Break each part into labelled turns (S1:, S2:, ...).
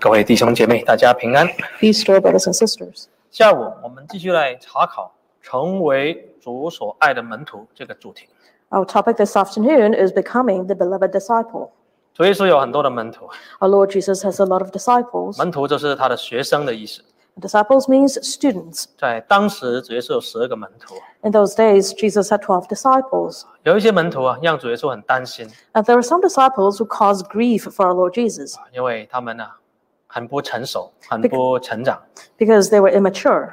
S1: 各位弟兄姐妹，大家平安。
S2: Peace to our brothers and sisters.
S1: 下午我们继续来查考“成为主所爱的门徒”这个主题。
S2: Our topic this afternoon is becoming the beloved disciple.
S1: 主耶稣有很多的门徒，
S2: Our Lord Jesus has a lot of disciples.
S1: 门徒就是他的学生的意思。
S2: Disciples means students.
S1: 在当时，主耶稣有十二个门徒，
S2: In those days, Jesus had 12 disciples.
S1: 有一些门徒啊，让主耶稣很担心，
S2: And there are some disciples who caused grief for our Lord Jesus
S1: 因为他们呢、啊很不成熟，很不成长。
S2: because they were immature.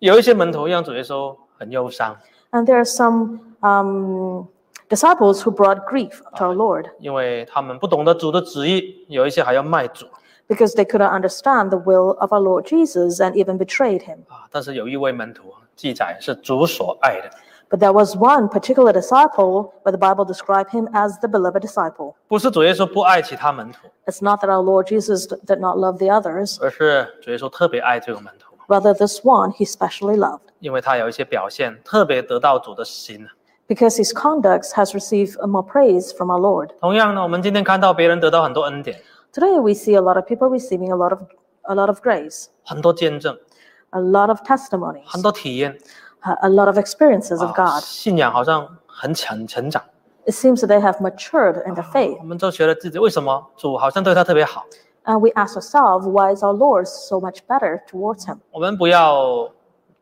S1: 有一些门徒让主耶稣很忧伤，
S2: And there are some um, disciples who brought grief to our Lord
S1: 因为他们不懂得主的旨意，有一些还要卖主
S2: because they couldn't understand the will of our Lord Jesus and even betrayed him.
S1: 啊。但是有一位门徒啊记载是主所爱的，
S2: But there was one particular disciple where the Bible described him as the beloved disciple.
S1: 不是主耶稣不爱其他门徒，
S2: It's not that our Lord Jesus d- did not love the others,
S1: 而是主耶稣特别爱这个门徒，
S2: rather, this one he specially loved
S1: 因为他有一些表现特别得到主的心。啊
S2: because his conduct has received more praise from our Lord.
S1: 同样呢，我们今天看到别人得到很多恩典，
S2: Today, we see a lot of people receiving a lot of, a lot of grace,
S1: 很多见证，
S2: a lot of testimonies,
S1: 很多体验，
S2: a- a lot of experiences of
S1: 啊
S2: God.
S1: 信仰好像很成成长。
S2: It seems that they have matured in their faith.
S1: 我们就觉得自己为什么主好像对他特别好？
S2: And we ask ourselves, why is our Lord so much better towards him?
S1: 我们不要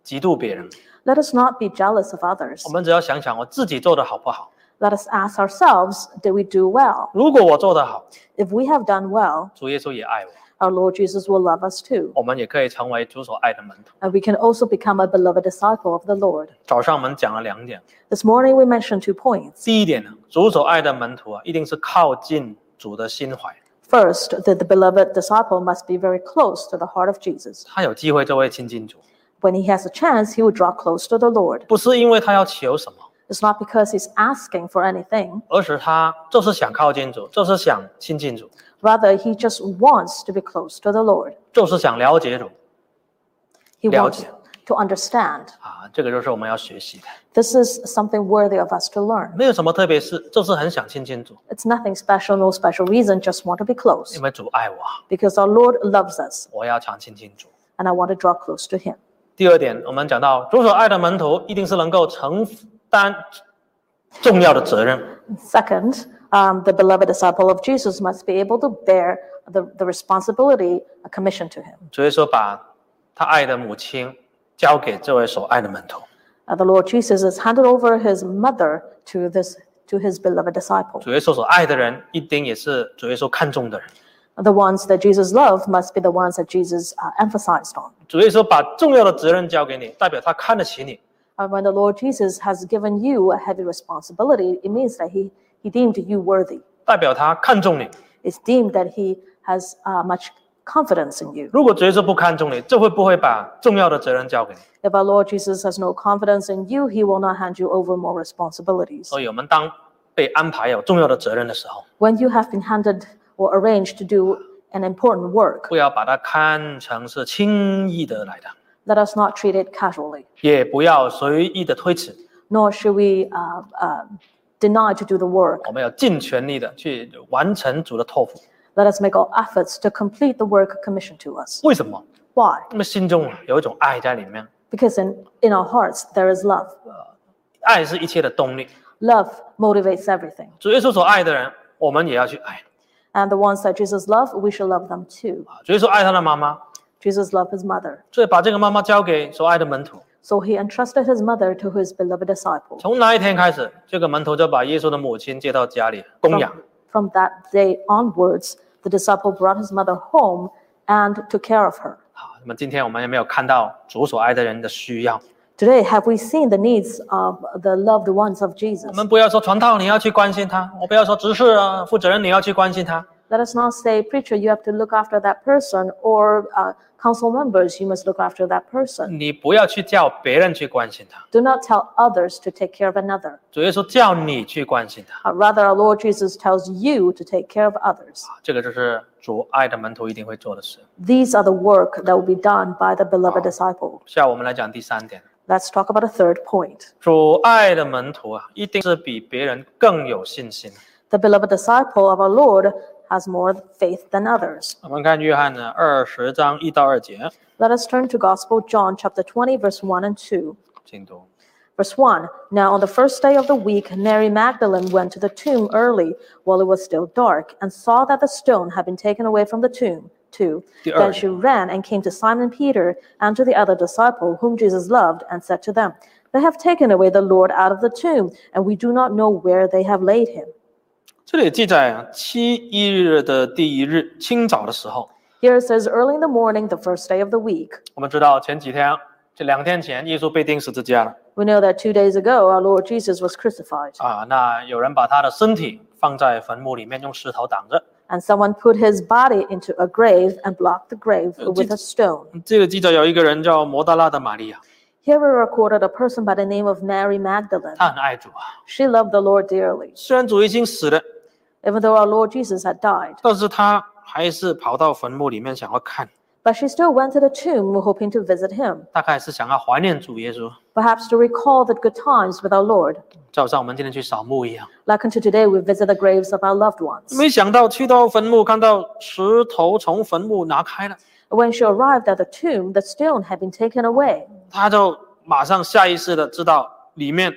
S1: 嫉妒别人，
S2: Let us not be jealous of others.
S1: 我们只要想想我自己做的好不好。
S2: Let us ask ourselves, did we do well?
S1: 如果我做得好，
S2: If we have done well,
S1: 主耶稣也爱我，
S2: our Lord Jesus will love us too.
S1: 我们也可以成为主所爱的门徒。
S2: And we can also become a beloved disciple of the Lord.
S1: 早上我们讲了两点，
S2: This morning we mentioned two points.
S1: 第一点呢，主所爱的门徒啊，一定是靠近主的心怀，
S2: First, that the beloved disciple must be very close to the heart of Jesus.
S1: 他有机会就会亲近主，
S2: When he has a chance, he will draw close to the Lord.
S1: 不是因为他要求什么，
S2: It's not because he's asking for anything,
S1: 而是他就是想靠近主，就是想亲近主，
S2: rather, he just wants to be close to the Lord.
S1: 就是想了解主
S2: He wants
S1: 了解。
S2: to understand.
S1: 啊。这个就是我们要学习的，
S2: This is something worthy of us to learn.
S1: 没有什么特别事，就是很想亲近主，
S2: It's nothing special, no special reason, just want to be close
S1: 因为主爱我，
S2: because our Lord loves us
S1: 我要常亲近主。
S2: and I want to draw close to him.
S1: 第二点，我们讲到主所爱的门徒一定是能够承担重要的责任。
S2: Second, um, the beloved disciple of Jesus must be able to bear the, the responsibility commissioned to him.
S1: 主耶稣把他爱的母亲交给这位所爱的门徒。
S2: Uh, the Lord Jesus has handed over his mother to this to his beloved disciple.
S1: 主耶稣所爱的人，一定也是主耶稣看重的人。
S2: The ones that Jesus loved must be the ones that Jesus uh, emphasized on.
S1: 主耶稣把重要的责任交给你，代表他看得起你，
S2: And Uh, when the Lord Jesus has given you a heavy responsibility, it means that he he deemed you worthy.
S1: 代表他看重你。
S2: It's deemed that he has uh, much confidence in you.
S1: 如果主耶稣不看重你，这会不会把重要的责任交给你？
S2: If our Lord Jesus has no confidence in you, he will not hand you over more responsibilities.
S1: 所以，我们当被安排有重要的责任的时候，
S2: when you have been handed or arranged to do an important work,
S1: 不要把它看成是轻易得来的，
S2: let us not treat it casually,
S1: 也不要随意的推辞。
S2: nor should we uh, uh, deny to do the work.
S1: 我们要尽全力的去完成主的托付。
S2: Let us make all efforts to complete the work commissioned to us.
S1: 为什么？
S2: Why?
S1: 因为心中有一种爱在里面，
S2: Because in, in our hearts there is love.
S1: 爱是一切的动力。
S2: Love motivates everything.
S1: 主耶稣所爱的人，我们也要去爱。
S2: And the ones that Jesus loved, we should love them too.
S1: 主耶稣爱他的妈妈，
S2: Jesus loved his mother.
S1: 所以把这个妈妈交给所爱的门徒。
S2: So he entrusted his mother to his beloved disciple.
S1: 从那一天开始，这个门徒就把耶稣的母亲接到家里供养。
S2: From that day onwards, the disciple brought his mother home and took care of her.
S1: 好，那么今天我们有没有看到主所爱的人的需要？
S2: Today, have we seen the needs of the loved ones of
S1: 我
S2: Jesus?
S1: 们不要说传道你要去关心他，我不要说执事啊负责人你要去关心他，
S2: Let us not say, Preacher, you have to look after that person, or uh, Council members, you must look after that person.
S1: 你不要去叫别人去关心他。
S2: Do not tell others to take care of another.
S1: 主耶稣叫你去关心他，
S2: Uh, rather, our Lord Jesus tells you to take care of others.
S1: 这个就是主爱的门徒一定会做的事。
S2: These are the work that will be done by the beloved disciple.
S1: 下午我们来讲第三点，
S2: Let's talk about a third point.
S1: 主爱的门徒啊，一定是比别人更有信心。
S2: The beloved disciple of our Lord has more faith than others.
S1: 我们看约翰呢二十章一到二节，
S2: Let us turn to Gospel John chapter 20 verse 1 and 2.
S1: 请读。
S2: Verse 1 Now on the first day of the week, Mary Magdalene went to the tomb early while it was still dark and saw that the stone had been taken away from the tomb. 2.
S1: The
S2: then
S1: early.
S2: she ran and came to Simon Peter and to the other disciple whom Jesus loved and said to them, They have taken away the Lord out of the tomb, and we do not know where they have laid him.
S1: 这里记载啊，七一日的第一日清早的时候，
S2: Here it says early in the morning, the first day of the week.
S1: 我们知道前几天，这两天前，耶稣被钉十字架了
S2: We know that two days ago, our Lord Jesus was crucified,
S1: 啊。那有人把他的身体放在坟墓里面，用石头挡着。
S2: and someone put his body into a grave and blocked the grave with a stone.
S1: 这个记载有一个人叫摩大拉的玛利亚，
S2: Here we recorded a person by the name of Mary Magdalene.
S1: 她很爱主啊。
S2: She loved the Lord dearly,
S1: 虽然主已经死了，
S2: even though our Lord Jesus had died.
S1: 但是她还是跑到坟墓里面想要看，
S2: But she still went to the tomb hoping to visit him,
S1: 大概是想要怀念主耶稣，
S2: perhaps to recall the good times with our Lord.
S1: 就好像我们今天去扫墓一样。
S2: Like unto today, we visit the graves of our loved ones.
S1: 没想到去到坟墓，看到石头从坟墓拿开了，
S2: When she arrived at the tomb, the stone had been taken away.
S1: 他就马上下意识的知道里面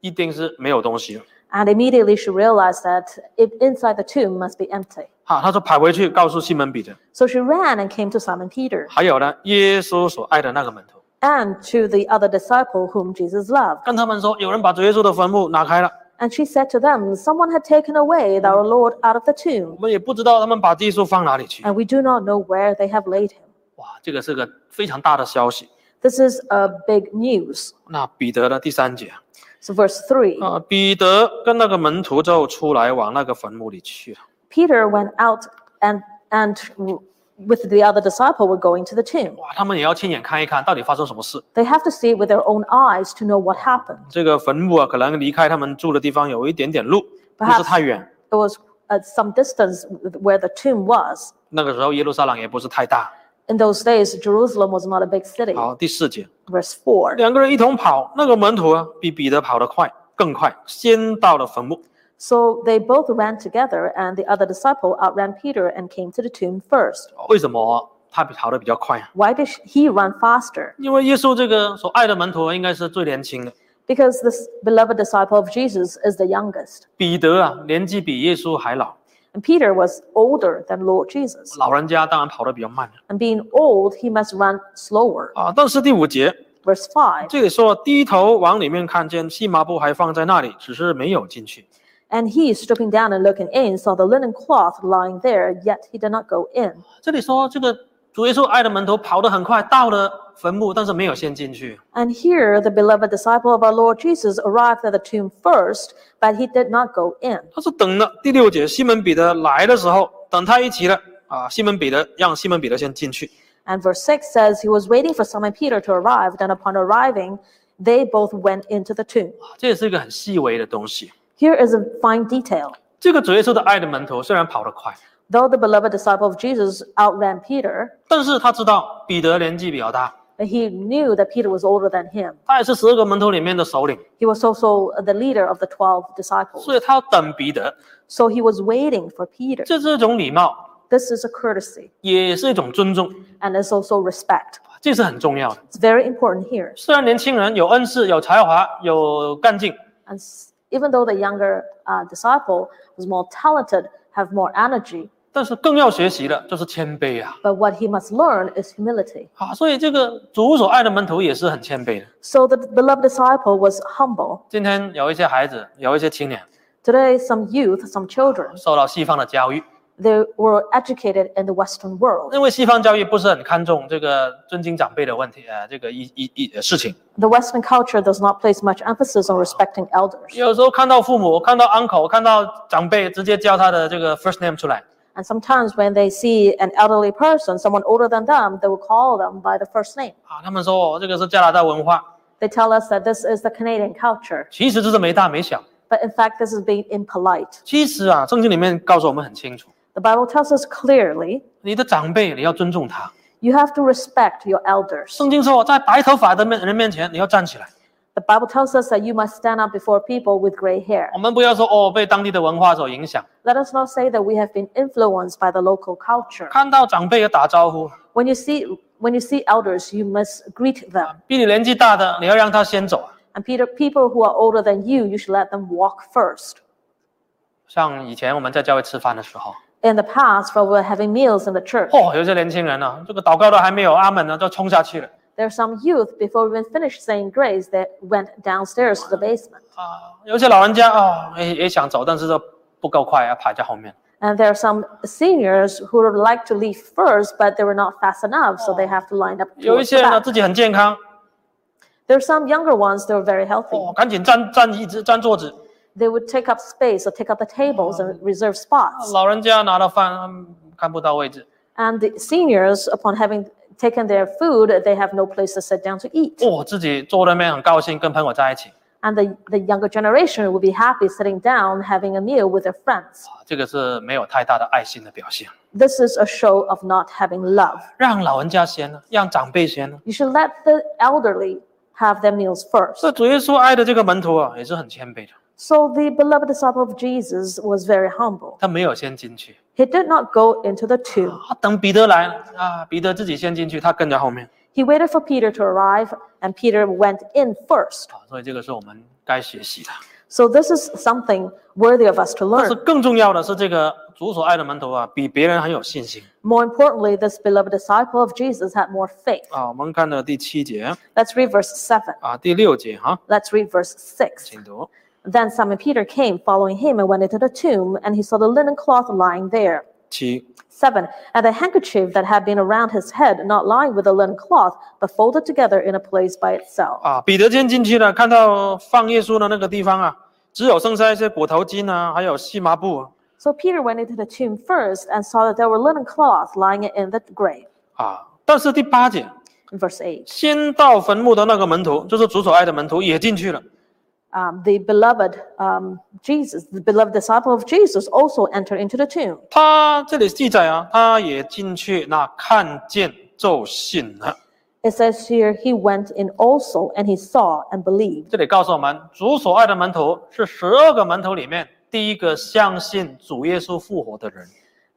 S1: 一定是没有东西了。
S2: And immediately she realized that it, inside the tomb must be empty.
S1: 好，他就跑回去告诉西门彼得，
S2: So she ran and came to Simon Peter
S1: 还有呢，耶稣所爱的那个门徒，
S2: and to the other disciple whom Jesus loved.
S1: 跟他们说，有人把主耶稣的坟墓拿开了，
S2: And she said to them, Someone had taken away our Lord out of the
S1: 我
S2: tomb,
S1: 们也不知道他们把耶稣放哪里去。
S2: and we do not know where they have laid him.
S1: 哇，这个是个非常大的消息。
S2: This is a big news.
S1: 那彼得呢？第三节啊、
S2: So, verse 3
S1: 呃彼得跟那个门徒就出来往那个坟墓里去了。啊
S2: Peter went out and, and with the other disciple were going to the tomb.
S1: 哇，他们也要亲眼看一看到底发生什么事。
S2: They have to see it with their own eyes to know what happened.
S1: 这个坟墓啊，可能离开他们住的地方有一点点路，不是
S2: Perhaps-
S1: 太远。
S2: It was at some distance where the tomb was.
S1: 那个时候耶路撒冷也不是太大。
S2: In those days, Jerusalem was not a big city.
S1: 好，第四节，
S2: Verse 4.
S1: 两个人一同跑，那个门徒啊比彼得跑得快，更快，先到了坟墓。
S2: So they both ran together, and the other disciple outran Peter and came to the tomb first.
S1: 为什么他比跑得比较快啊？
S2: Why did he run faster?
S1: 因为耶稣这个所爱的门徒应该是最年轻的，
S2: Because this beloved disciple of Jesus is the youngest.
S1: 彼得啊年纪比耶稣还老，
S2: And Peter was older than Lord Jesus.
S1: 老人家当然跑得比较慢了
S2: And being old, he must run slower.
S1: 啊。但是第五节
S2: Verse 5.
S1: 这里说，低头往里面看见细麻布还放在那里，只是没有进去。
S2: And he, stooping down and looking in, saw the linen cloth lying there, yet he did not go in.
S1: 这里说这个主耶稣爱的门徒跑得很快，到了坟墓，但是没有先进去。
S2: And here, the beloved disciple of our Lord Jesus arrived at the tomb first, but he did not go in.
S1: 他是等了第六节，西门彼得来的时候，等他一起了啊。西门彼得让西门彼得先进去，
S2: And verse 6 says, He was waiting for Simon Peter to arrive, and upon arriving, they both went into the tomb.
S1: 啊这也是一个很细微的东西。
S2: Here is a fine detail.
S1: 这个主耶稣的爱的门徒虽然跑得快，
S2: Though the beloved disciple of Jesus outran Peter,
S1: 但是他知道彼得年纪比较大，
S2: he knew that Peter was older than him.
S1: 他也是十二个门徒里面的首领，
S2: He was also the leader of the 12 disciples.
S1: 所以他要等彼得，
S2: So he was waiting for Peter.
S1: 这是一种礼貌，
S2: This is a courtesy
S1: 也是一种尊重，
S2: and it's also respect.
S1: 这是很重要的。
S2: It's very important here.
S1: 虽然年轻人有恩赐、有才华、有干劲，
S2: And s- even though the younger uh, disciple was more talented, have more energy,
S1: 但是更要学习的就是谦卑啊
S2: but what he must learn is humility.
S1: 啊！所以这个主所爱的门徒也是很谦卑的。
S2: So the beloved disciple was humble.
S1: 今天有一些孩子，有一些青年
S2: Today, some youth, some children,
S1: 受到西方的教育，
S2: they were educated in the Western world.
S1: 因为西方教育不是很看重这个尊敬长辈的问题，呃，这个一一一呃事情。
S2: The Western culture does not place much emphasis on respecting elders.
S1: 有时候看到父母、看到 uncle、看到长辈，直接叫他的这个 first name 出来，
S2: And sometimes when they see an elderly person, someone older than them, they will call them by the first name.
S1: 啊，他们说、哦、这个是加拿大文化，
S2: They tell us that this is the Canadian culture,
S1: 其实这是没大没小。
S2: but in fact, this is being impolite.
S1: 其实啊，圣经里面告诉我们很清楚，
S2: The Bible tells us clearly
S1: 你的长辈你要尊重他。
S2: you have to respect your elders.
S1: 圣经说，在白头发的面人面前你要站起来，
S2: The Bible tells us that you must stand up before people with gray hair.
S1: 我们不要说哦，被当地的文化所影响，
S2: Let us not say that we have been influenced by the local culture.
S1: 看到长辈要打招呼，
S2: When you see when you see elders, you must greet them.
S1: 比你年纪大的，你要让他先走啊。
S2: And Peter, people who are older than you, you should let them walk first.
S1: 像以前我们在教会吃饭的时候，
S2: In the past, when we were having meals in the church,
S1: 哦，有些年轻人呢、这个祷告都还没有阿门呢，就冲下去了
S2: there are some youth before we even finished saying grace that went downstairs to the basement.
S1: 啊。有些老人家啊、也也想走，但是都不够快，要排在后面。
S2: And there are some seniors who would like to leave first, but they were not fast enough, so they have to line up.
S1: 有一
S2: towards the
S1: 些人呢，
S2: back.
S1: 自己很健康，
S2: There are some younger ones that are very healthy.
S1: 哦，赶紧占占椅子、占桌子。
S2: They would take up space or take up the tables and reserve spots.
S1: 老人家拿了饭嗯看不到位置，
S2: And the seniors, upon having taken their food, they have no place to sit down to eat.
S1: 哦，自己坐那边很高兴，跟朋友在一起
S2: And the, the younger generation will be happy sitting down having a meal with their friends.
S1: 啊，这个是没有太大的爱心的表现。
S2: This is a show of not having love.
S1: 让老人家先呢，啊让长辈先呢。
S2: You should let the elderly have their meals first.
S1: 这主耶稣爱的这个门徒啊，也是很谦卑的，
S2: So the beloved disciple of Jesus was very humble.
S1: 他没有先进去，
S2: He did not go into the tomb.
S1: 他等彼得来啊，彼得自己先进去，他跟在后面
S2: He waited for Peter to arrive, and Peter went in first.
S1: 啊，所以这个是我们该学习的。
S2: So this is something worthy of us to
S1: 但是
S2: learn.
S1: 更重要的是，这个主所爱的门徒啊，比别人很有信心
S2: More importantly, this beloved disciple of Jesus had more faith.
S1: 啊。我们看到第七节
S2: Let's read verse 7.
S1: 啊，第六节啊，
S2: Let's read verse 6.
S1: 请读。
S2: Then Simon Peter came following him and went into the tomb, and he saw the linen cloth lying there.
S1: 七
S2: 7. And the handkerchief that had been around his head, not lying with the linen cloth, but folded together in a place by itself.
S1: 啊，彼得先进去了，看到放耶稣的那个地方啊，只有剩下一些裹头巾啊，还有细麻布啊
S2: So Peter went into the tomb first and saw that there were linen cloths lying in the grave.
S1: 啊。但是第八节，
S2: In verse 8,
S1: 先到坟墓的那个门徒，就是主所爱的门徒，也进去了。
S2: um, the beloved um, Jesus, the beloved disciple of Jesus, also entered into the tomb.
S1: 他这里记载啊，他也进去，那看见就信了。
S2: It says here, he went in also, and he saw and believed.
S1: 这里告诉我们，主所爱的门徒是十二个门徒里面第一个相信主耶稣复活的人。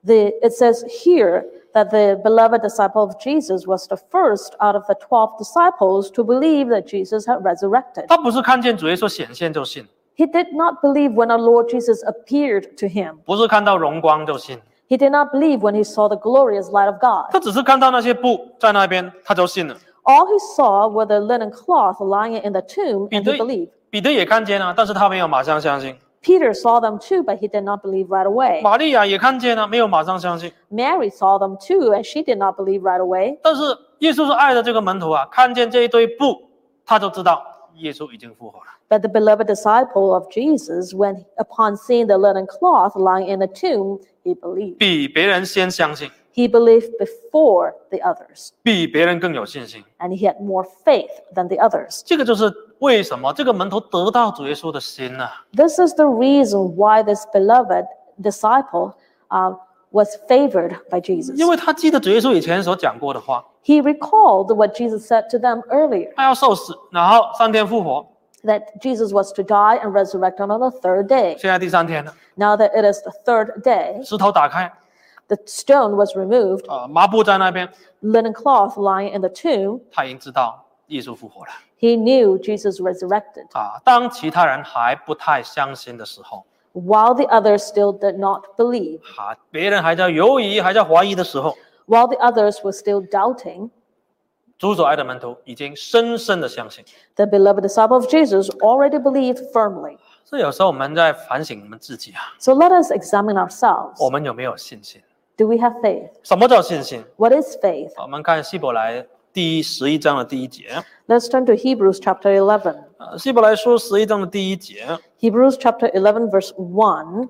S2: The, it says here that the beloved disciple of Jesus was the first out of the 12 disciples to believe that Jesus had resurrected.
S1: 他不是看见主耶稣显现就信，
S2: He did not believe when our Lord Jesus appeared to him.
S1: 不是看到荣光就信，
S2: He did not believe when he saw the glorious light of God.
S1: 他只是看到那些布在那边，他就信了。
S2: All he saw were the linen cloth lying in the tomb, and he
S1: Peter-
S2: believed.
S1: 彼得也看见啊了，但是他没有马上相信。
S2: Peter saw them too, but he did not believe right away.
S1: 玛利亚也看见啊了，没有马上相信。
S2: Mary saw them too, and she did not believe right away.
S1: 但是耶稣是爱的这个门徒啊，看见这一堆布，他就知道耶稣已经复活了。
S2: But the beloved disciple of Jesus, when upon seeing the linen cloth lying in the tomb, he believed.
S1: 比别人先相信，
S2: He believed before the others,
S1: 比别人更有信心。
S2: and he had more faith than the others.
S1: 这个就是为什么这个门徒得到主耶稣的心啊呢、
S2: This is the reason why this beloved disciple uh, was favored by Jesus.
S1: 因为他记得主耶稣以前所讲过的话，
S2: He recalled what Jesus said to them earlier
S1: 他要受死，然后三天复活。
S2: that Jesus was to die and resurrect on the third day.
S1: 现在第三天了，
S2: Now that it is the third day,
S1: 石头打开，
S2: the stone was removed,
S1: 呃，麻布在那边，
S2: linen cloth lying in the tomb.
S1: 他已经知道耶稣复活了
S2: He knew Jesus resurrected,
S1: 啊。当其他人还不太相信的时候，
S2: while the others still did not believe,
S1: 啊，别人还在犹疑、还在怀疑的时候，
S2: while the others were still doubting.
S1: 主所爱的门徒已经深深的相信。
S2: The beloved disciple of Jesus already believed firmly.
S1: 所以有时候我们在反省我们自己啊，
S2: So let us examine ourselves.
S1: 我们有没有信心？
S2: Do we have faith?
S1: 什么叫信心？
S2: What is faith?
S1: 我们看希伯来第十一章的第一节，
S2: Let's turn to Hebrews chapter 11.
S1: 呃，希伯来书十一章的第一节，
S2: Hebrews chapter 11, verse 1.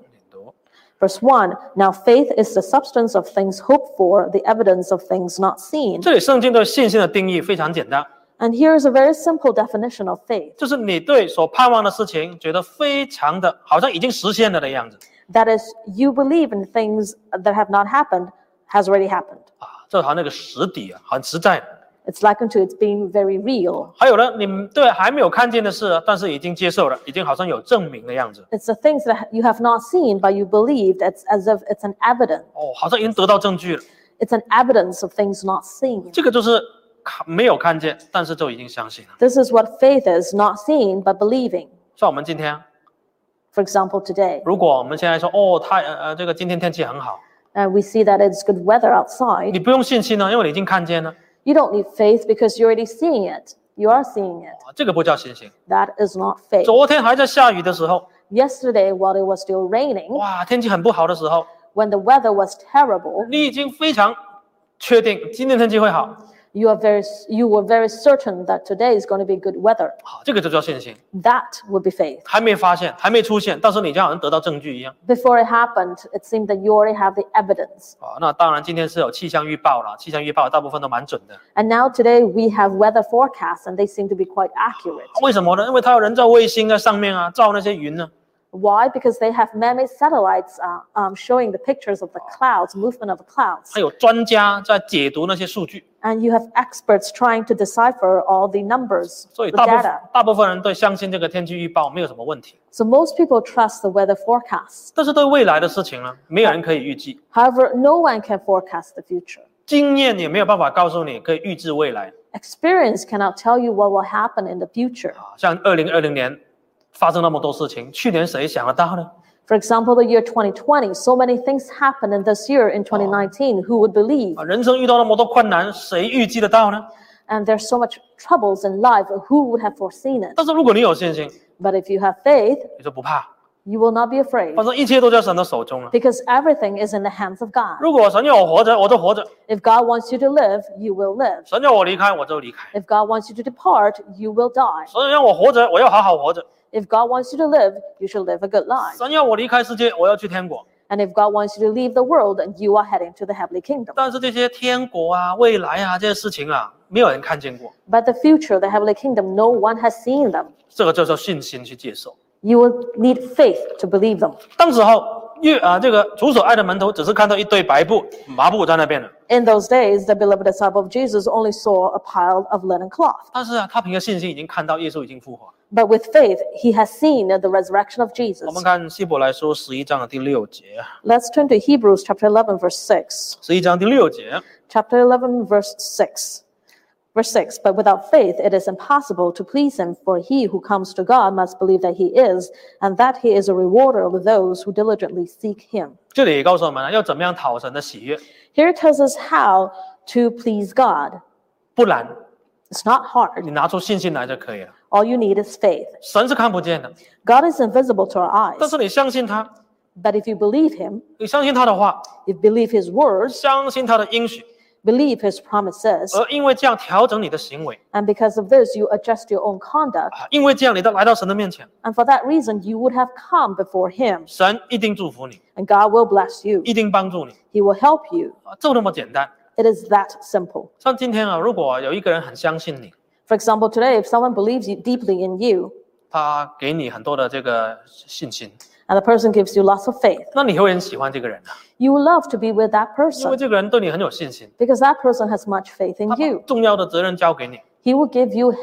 S1: 请 读
S2: Verse 1 Now faith is the substance of things hoped for, the evidence of things not seen.
S1: 这里圣经对信心的定义非常简单，
S2: And here is a very simple definition of faith
S1: 就是你对所盼望的事情觉得非常的好像已经实现了的样子
S2: that is, you believe in things that have not happened, has already happened.
S1: 啊，这好像那个实底啊，很实在的。
S2: It's likened to it being very real.
S1: 还有呢，你们对还没有看见的事，但是已经接受了，已经好像有证明的样子。
S2: It's the things that you have not seen, but you believe that's as if it's an evidence.
S1: 哦，好像已经得到证据了。
S2: It's an evidence of things not seen.
S1: 这个就是看没有看见，但是就已经相信了。
S2: This is what faith is not seeing, but believing.
S1: 像我们今天，
S2: For example, today,
S1: 如果我们现在说哦，太呃呃，这个今天天气很好，
S2: and uh, we see that it's good weather outside.
S1: 你不用信心呢，因为你已经看见了，
S2: You don't need faith because you're already seeing it. You are seeing it.
S1: 啊这个不叫信心。
S2: That is not faith.
S1: 昨天还在下雨的时候，
S2: Yesterday, while it was still raining,
S1: 哇，天气很不好的时候，
S2: when the weather was terrible,
S1: 你已经非常确定今天天气会好，
S2: you are very you were very certain that today is going to be good weather.
S1: 好，这个就叫信心。
S2: That would be faith.
S1: 还没发现，还没出现，但是你就好像得到证据一样
S2: Before it happened, it seemed that you already have the evidence.
S1: 啊。那当然，今天是有气象预报了，气象预报大部分都蛮准的。
S2: And now today we have weather forecasts and they seem to be quite accurate.
S1: 为什么呢？因为它有人造卫星在上面啊，照那些云呢、
S2: Why? Because they have man-made satellites uh, um, showing the pictures of the clouds, movement of the clouds.
S1: 还有专家在解读那些数据，
S2: and you have experts trying to decipher all the numbers,
S1: 所以
S2: the
S1: 大部
S2: data.
S1: 大部分人对相信这个天气预报没有什么问题。
S2: So most people trust the weather forecasts.
S1: 但是对未来的事情呢，没有人可以预计，
S2: However, no one can forecast the future.
S1: 经验也没有办法告诉你可以预知未来
S2: Experience cannot tell you what will happen in the future.
S1: 啊。像二零二零年发生那么多事情，去年谁想得到呢？
S2: For example, the year 2020, so many things happened in this year in 2019, who would believe?
S1: 啊，人生遇到那么多困难，谁预计得到呢？
S2: And there's so much troubles in life, who would have foreseen it?
S1: 但是如果你有信心，
S2: But if you have faith,
S1: 你就不怕，
S2: you will not be afraid
S1: 反正一切都在神的手中了。
S2: because everything is in the hands of God.
S1: 如果神要我活着，我就活着；
S2: If God wants you to live, you will live.
S1: 神要我离开，我就离开；
S2: If God wants you to depart, you will die.
S1: 神让我活着，我要好好活着；
S2: If God wants you to live, you should live a good life.
S1: 神要我离开世界，我要去天国。
S2: And if God wants you to leave the world, then you are heading to the heavenly kingdom.
S1: 但是这些天国啊、未来啊这些事情啊，没有人看见过，
S2: But the future, the heavenly kingdom, no one has seen them.
S1: 这个就叫信心去接受。
S2: You will need faith to believe them.
S1: 当时候，越啊这个主所爱的门徒只是看到一堆白布、麻布在那边了，
S2: In those days, the beloved disciple of Jesus only saw a pile of linen cloth.
S1: 但是啊，他凭着信心已经看到耶稣已经复活。
S2: But with faith, he has seen the resurrection of
S1: 我们
S2: Jesus.
S1: 看希伯来书十一章的第六节，啊
S2: Let's turn to Hebrews chapter 11, verse 6.
S1: 十一章第六节，
S2: chapter 11 verse 6 verse 6 but without faith it is impossible to please him for he who comes to god must believe that he is and that he is a rewarder of those who diligently seek him
S1: 这里也告诉我们啊了，要怎么样讨神的喜悦，
S2: here it tells us how to please god
S1: 不然
S2: it's not hard
S1: 你拿出信心来就可以了。
S2: all you need is faith
S1: 神是看不见的，
S2: god is invisible to our
S1: 但
S2: eyes
S1: 是你相信他，
S2: but if you believe him
S1: 你相信他的话，
S2: if you believe his words
S1: 相信他的应许，
S2: believe his promises
S1: 而因为这样调整你的行为
S2: and because of this you adjust your own conduct
S1: 啊，因为这样你到来到神的面前，
S2: and for that reason you would have come before him
S1: 神一定祝福你，
S2: and god will bless you
S1: 一定帮助你
S2: he will help you
S1: 啊，就那么简单。
S2: It is that simple.
S1: 像今天啊，如果有一个人很相信你，
S2: For example, today, if someone believes you deeply in you,
S1: 他给你很多的这个信心，
S2: and the person gives you lots of faith,
S1: 那你会很喜欢这个人啊，
S2: you will love to be with that
S1: 因为
S2: person
S1: 这个人对你很有信心，
S2: because that person has much faith in
S1: 他把
S2: you.
S1: 重要的责任交给你，
S2: He will give you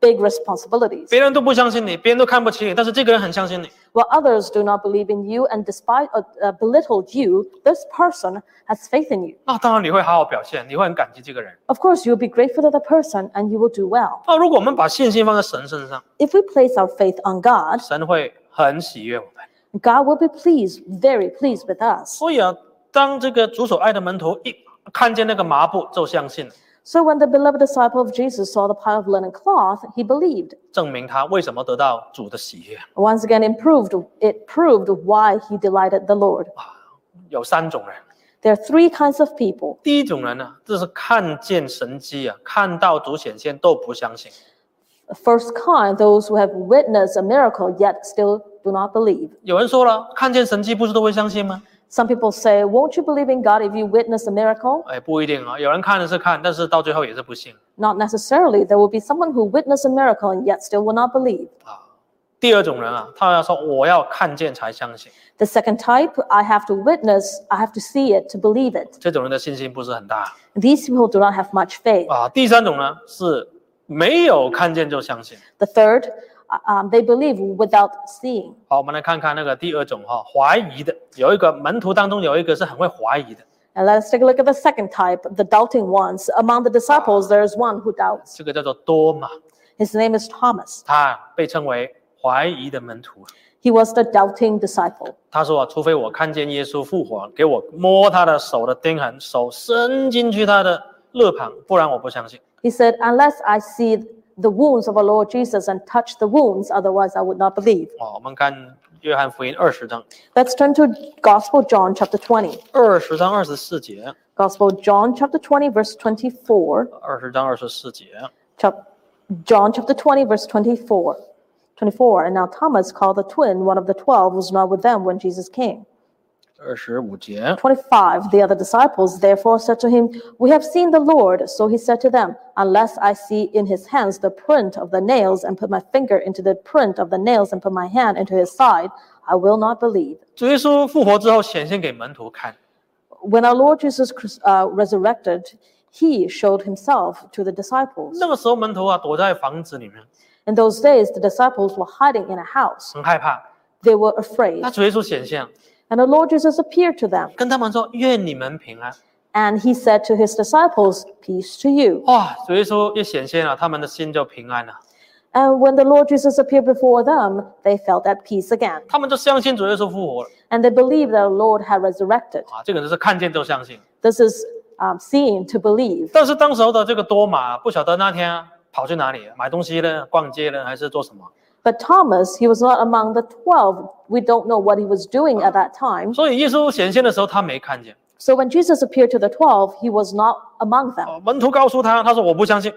S2: big responsibilities.
S1: 别人都不相信你，别人都看不起你，但是这个人很相信你，
S2: While others do not believe in you and despite uh, uh, belittle you, this person has faith in you.
S1: 那当然你会好好表现，你会很感激这个人。
S2: Of course, you'll be grateful to the person and you will do well.
S1: 那如果我们把信心放在神身上，
S2: If we place our faith on God,
S1: 神会很喜悦我们。
S2: God will be pleased, very pleased with us.
S1: 所以啊，当这个主所爱的门徒一看见那个麻布，就相信了，
S2: So when the beloved disciple of Jesus saw the pile of linen cloth, he believed.
S1: 证明他为什么得到主的喜悦。
S2: Once again, it proved, it proved why he delighted the Lord.
S1: 有三种人，
S2: There are three kinds of people.
S1: 第一种人呢，这是看见神迹啊，看到主显现都不相信。
S2: The first kind, those who have witnessed a miracle yet still do not believe.
S1: 有人说了，看见神迹不是都会相信吗？
S2: Some people say, Won't you believe in God if you witness a miracle?
S1: 哎，不一定啊。有人看的是看，但是到最后也是不信
S2: Not necessarily. There will be someone who witnessed a miracle and yet still will not believe.
S1: 啊。第二种人啊，他要说我要看见才相信，
S2: The second type, I have to witness, I have to see it to believe it.
S1: 这种人的信心不是很大
S2: These people do not have much faith.
S1: 啊。第三种呢是没有看见就相信。
S2: The third, uh, um, they believe without seeing.
S1: 好，我们来看看那个第二种哈、怀疑的有一个门徒当中有一个是很会怀疑的，
S2: And let us take a look at the second type, the doubting ones. Among the disciples, there is one who doubts.
S1: 这个叫做多马，
S2: His name is Thomas.
S1: 他被称为怀疑的门徒。
S2: He was the doubting disciple.
S1: 他说啊，除非我看见耶稣复活，给我摸他的手的钉痕，手伸进去他的肋旁，不然我不相信。
S2: He said, Unless I see the wounds of our Lord Jesus and touch the wounds, otherwise I would not believe.
S1: 哦，我们看约翰福音二十章
S2: Let's turn to Gospel John chapter 20.
S1: 二十章二十四节，
S2: Gospel John chapter 20, verse 24.
S1: 二十章二十四节，
S2: chap- John chapter 20, verse 24. 24. And now Thomas, called the twin, one of the twelve, was not with them when Jesus came.
S1: 二十五节，
S2: 25. The other disciples therefore said to him, We have seen the Lord. So he said to them, Unless I see in his hands the print of the nails and put my finger into the print of the nails and put my hand into his side, I will not believe.
S1: 主耶稣复活之后显现给门徒看，
S2: When our Lord Jesus Christ, uh, resurrected, he showed himself to the disciples.
S1: 那个时候门徒啊躲在房子里面，
S2: In those days, the disciples were hiding in a house.
S1: 很害怕。
S2: They were afraid.
S1: 那主耶稣显现，啊
S2: And the Lord Jesus appeared to them,
S1: 跟他们说：“愿你们平安。
S2: and he said to his disciples, Peace to you. ”
S1: 哇！主耶稣一显现了，啊他们的心就平安了，
S2: And when the Lord Jesus appeared before them, they felt at peace again.
S1: 他们就相信主耶稣复活了
S2: And they believed that the Lord had resurrected.
S1: 啊！这个人是看见就相信。
S2: This is um, seeing to believe.
S1: 但是当时候的这个多马不晓得那天、啊、跑去哪里买东西呢，逛街呢，还是做什么？
S2: But Thomas, he was not among the 12. We don't know what he was doing at that time.
S1: 所以耶稣显现的时候，他没看见。
S2: So when Jesus appeared to the 12, he was not among them.
S1: 啊门徒告诉他，他说：“我不相信，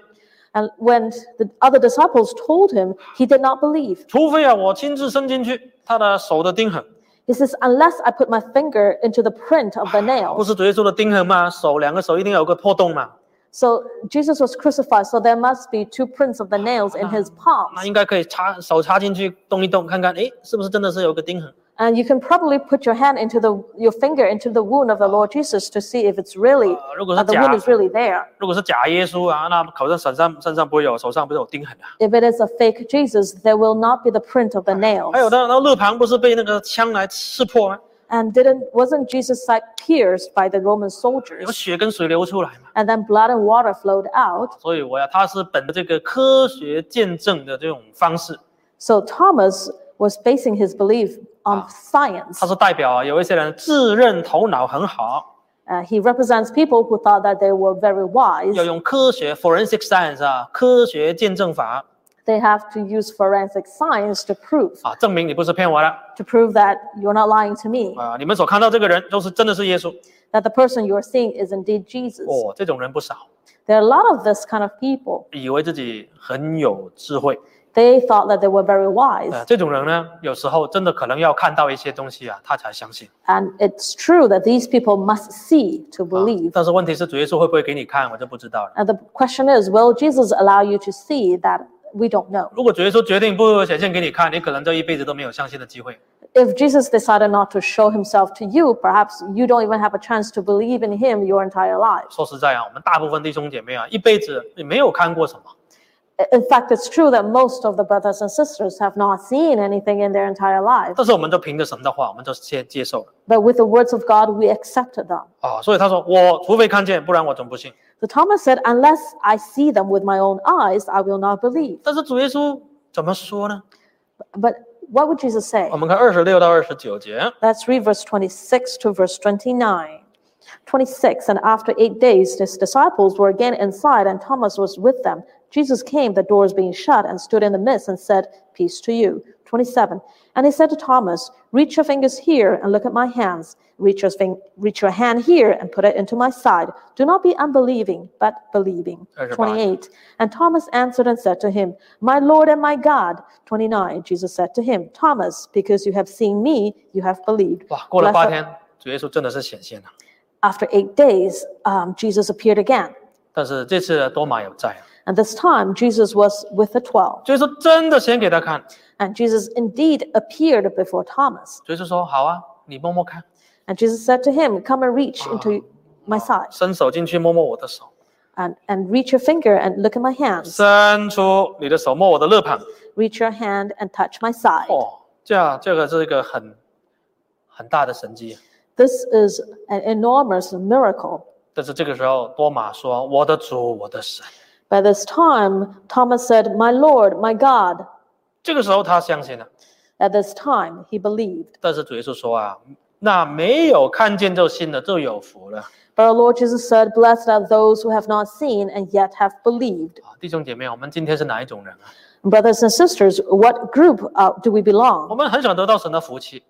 S2: And when the other disciples told him, he did not believe.
S1: 除非啊我亲自伸进去他的手的钉痕，
S2: He says, Unless I put my finger into the print of the nails.
S1: 不是主耶稣的钉痕吗？手两个手一定有个破洞嘛，
S2: So Jesus was crucified, so there must be two prints of the nails in his
S1: 那
S2: palms.
S1: 应该可以插手插进去动一动，看看，诶，是不是真的是有个钉痕？
S2: And you can probably put your hand into the your finger into the wound of the Lord Jesus to see if it's really
S1: Uh, 如果是
S2: uh, the wound
S1: 假-
S2: is really there.
S1: 如果是假耶稣啊，那口上、身上、身上不会有，手上不是有钉痕啊？
S2: If it is a fake Jesus, there will not be the print of the
S1: 还有
S2: nails.
S1: 哎那那肋旁不是被那个枪来刺破啊吗？
S2: And didn't wasn't Jesus' side pierced by the
S1: 有
S2: Roman soldiers?
S1: 血跟水流出来嘛？
S2: And then blood and water flowed out.
S1: 所以我要他是本着这个科学见证的这种方式，
S2: So Thomas was basing his belief
S1: Ah.
S2: on science.
S1: 他是代表啊有一些人自认头脑很好，
S2: Uh, he represents people who thought that they were very wise.
S1: 要用科学 forensic science 啊，科学见证法啊
S2: they have to use forensic science to prove
S1: 啊，证明你不是骗我的
S2: to prove that you're not lying to me
S1: 啊，你们所看到这个人就是真的是耶稣
S2: that the person you're seeing is indeed jesus
S1: 哦，这种人不少，
S2: there are a lot of this kind of people
S1: 以为自己很有智慧
S2: they thought that they were very wise
S1: 啊，这种人呢，有时候真的可能要看到一些东西啊，他才相信。
S2: and it's true that these people must see to
S1: 啊
S2: believe
S1: 但是问题是，主耶稣会不会给你看，我就不知道了。
S2: and the question is will jesus allow you to see that we don't know
S1: 如果主耶稣决定不显现给你看，你可能这一辈子都没有相信的机会。
S2: if jesus decided not to show himself to you perhaps you don't even have a chance to believe in him your entire life
S1: 说实在啊，我们大部分弟兄姐妹啊，一辈子也没有看过什么，
S2: in fact it's true that most of the brothers and sisters have not seen anything in their entire life
S1: 但是我们都凭着神的话，我们就接接受了
S2: But with the words of God, we accepted them.
S1: 啊。所以他说，我除非看见，不然我总不信。
S2: So Thomas said, Unless I see them with my own eyes, I will not believe.
S1: 但是主耶稣怎么说呢？
S2: But what would Jesus say?
S1: 我们看二十六到二十九节，
S2: Let's read verse 26 to verse 29. 26 And after eight days, his disciples were again inside, and Thomas was with them. Jesus came, the doors being shut, and stood in the midst and said, Peace to you. 27. And he said to Thomas, Reach your fingers here and look at my hands. Reach your, fing- reach your hand here and put it into my side. Do not be unbelieving, but believing.
S1: There's your
S2: 28. And Thomas answered and said to him, My Lord and my God. 29. Jesus said to him, Thomas, because you have seen me, you have believed.
S1: 哇，过了八
S2: Blessed-
S1: 天，主耶稣真的是显现了。
S2: after eight days, um, Jesus appeared again.
S1: 但是这次多马有在啊，
S2: And this time Jesus was with the twelve.
S1: 所以说真的显给他看，
S2: And Jesus indeed appeared before Thomas.
S1: 所以就说好啊，你摸摸看，
S2: And Jesus said to him, Come and reach into my side,
S1: 伸手进去摸摸我的手，
S2: and, and reach your finger and look at my hands.
S1: 伸出你的手摸我的肋旁。
S2: Reach your hand and touch my side.
S1: 哦，这样这个是一个很很大的神迹。啊
S2: This is an enormous miracle.
S1: 但是这个时候，多马说：“我的主，我的神。
S2: By this time, Thomas said, My Lord, my God. ”
S1: 这个时候他相信了，
S2: At this time, he believed.
S1: 但是主耶稣说：“啊，那没有看见就信的，就有福了。
S2: But our Lord Jesus said, Blessed are those who have not seen and yet have believed. ”
S1: 啊弟兄姐妹，我们今天是哪一种人啊？
S2: Brothers and sisters, what group uh, do we
S1: 我
S2: belong?
S1: 们很想得到神的福气，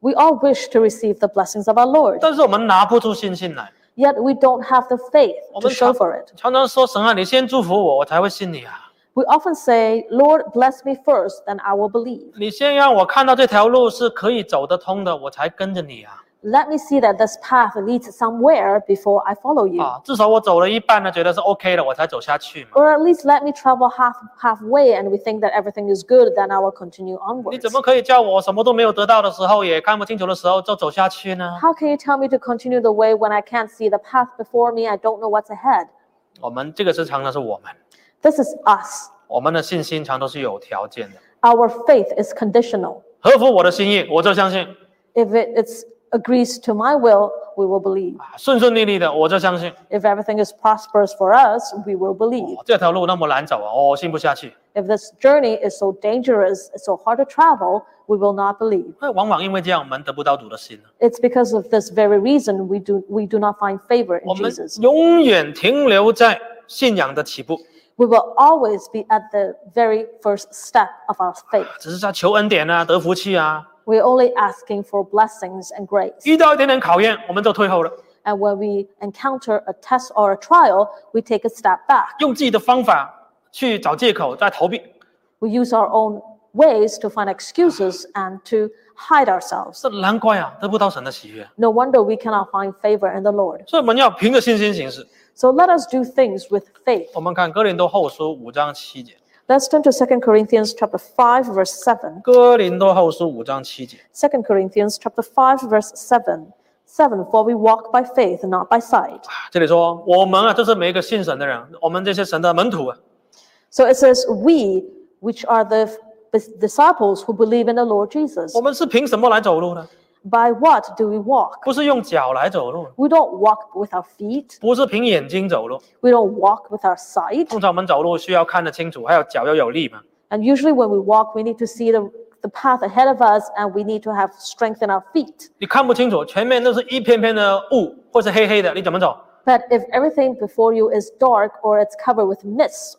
S2: We all wish to receive the blessings of our Lord,
S1: 但是我们拿不出信心来。
S2: yet we don't have the faith
S1: 我
S2: to
S1: 们
S2: show
S1: 常
S2: for it.
S1: 常常说：“神啊，你先祝福我，我才会信你啊！
S2: We often say, Lord, bless me first, then I will believe.
S1: 你先让我看到这条路是可以走得通的，我才跟着你啊！
S2: Let me see that this path leads somewhere before I follow you.
S1: 啊，至少我走了一半呢，觉得是 OK 了，我才走下去嘛。
S2: Or at least let me travel half halfway and we think that everything is good, then I will continue
S1: 你
S2: onwards.
S1: 怎么可以叫我什么都没有得到的时候，也看不清楚的时候就走下去呢？”
S2: How can you tell me to continue the way when I can't see the path before me? I don't know what's ahead.
S1: 我们这个是常常是我们，
S2: This is us.
S1: 我们的信心常都是有条件的，
S2: Our faith is conditional.
S1: 合乎我的心意，我就相信；
S2: If it it's, agrees to my will, we will believe.
S1: 啊顺顺利利的，我就相信。
S2: If everything is prosperous for us, we will believe.
S1: 哦这条路那么难走啊，我信不下去。
S2: If this journey is so dangerous, it's so hard to travel, we will not believe.
S1: 那哎往往因为这样，我们得不到主的心，
S2: It's because of this very reason we do we do not find favor
S1: 我
S2: in
S1: 们
S2: Jesus.
S1: 永远停留在信仰的起步，
S2: We will always be at the very first step of our faith.
S1: 只是在求恩典啊，得福气啊。
S2: We're only asking for blessings and grace.
S1: 遇到一点点考验，我们就退后了，
S2: And when we encounter a test or a trial, we take a step back.
S1: 用自己的方法去找借口，再逃避。
S2: We use our own ways to find excuses and to hide ourselves.
S1: 这难怪啊，得不到神的喜悦。
S2: No wonder we cannot find favor in the Lord.
S1: 所以我们要凭着信心行事。
S2: So let us do things with faith.
S1: 我们看哥林多后书五章七节。
S2: Let's turn to 2 Corinthians chapter 5 verse 7.
S1: 哥林多后书五章七节，
S2: 2 Corinthians chapter 5 verse 7. 7 For we walk by faith, not by sight.
S1: 这里说我们啊，就是每一个信神的人，我们这些神的门徒啊，
S2: So it says we, which are the f- disciples who believe in the Lord Jesus.
S1: 我们是凭什么来走路呢？
S2: By what do we walk?
S1: 不是用脚来走路，
S2: We don't walk with our feet.
S1: 不是凭眼睛走路。
S2: We don't walk with our sight.
S1: 通常我们走路需要看得清楚，还有脚要有力嘛。
S2: And usually, when we walk, we need to see the, the path ahead of us and we need to have strength in our feet.
S1: 你看不清楚，前面都是一片片的雾，或是黑黑的，你怎么走？
S2: But if everything before you is dark or it's covered with mist,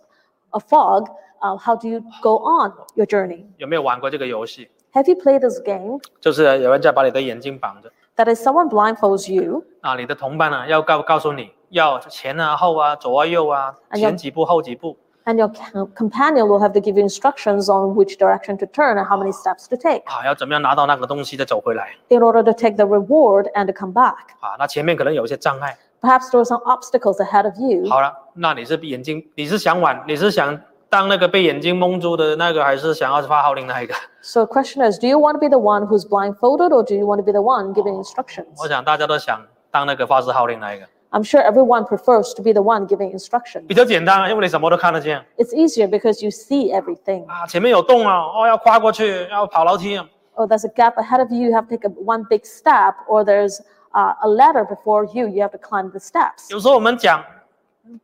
S2: a fog, uh, how do you go on your journey?
S1: 有没有玩过这个游戏？
S2: Have you played this game
S1: 就是有人在把你的眼睛绑着，
S2: that if someone blindfolds you
S1: 啊，你的同伴呢要告告诉你要前啊后啊左啊右啊
S2: 哎呀
S1: 前几步后几步，
S2: and your co- companion will have to give you instructions on which direction to turn and how many steps to take
S1: 啊要怎么样拿到那个东西再走回来
S2: in order to take the reward and to come back?
S1: 啊？那前面可能有一些障碍，
S2: Perhaps there are some obstacles ahead of you.
S1: 好了，那你是眼睛，你是想玩，你是想当那个被眼睛蒙住的那个，还是想二十八号令那一个？
S2: So the question is, do you want to be the one who's blindfolded or do you want to be the one giving instructions?
S1: 我想大家都想当那个发十号令那一个，
S2: I'm sure everyone prefers to be the one giving instructions.
S1: 比较简单，因为你什么都看得见
S2: It's easier because you see everything.
S1: 啊。前面有洞啊，哦，要跨过去，要跑楼梯啊。
S2: Oh, there's a gap ahead of you, you have to take a, one big step, or there's uh, a ladder before you, you have to climb the steps.
S1: 有时候我们讲，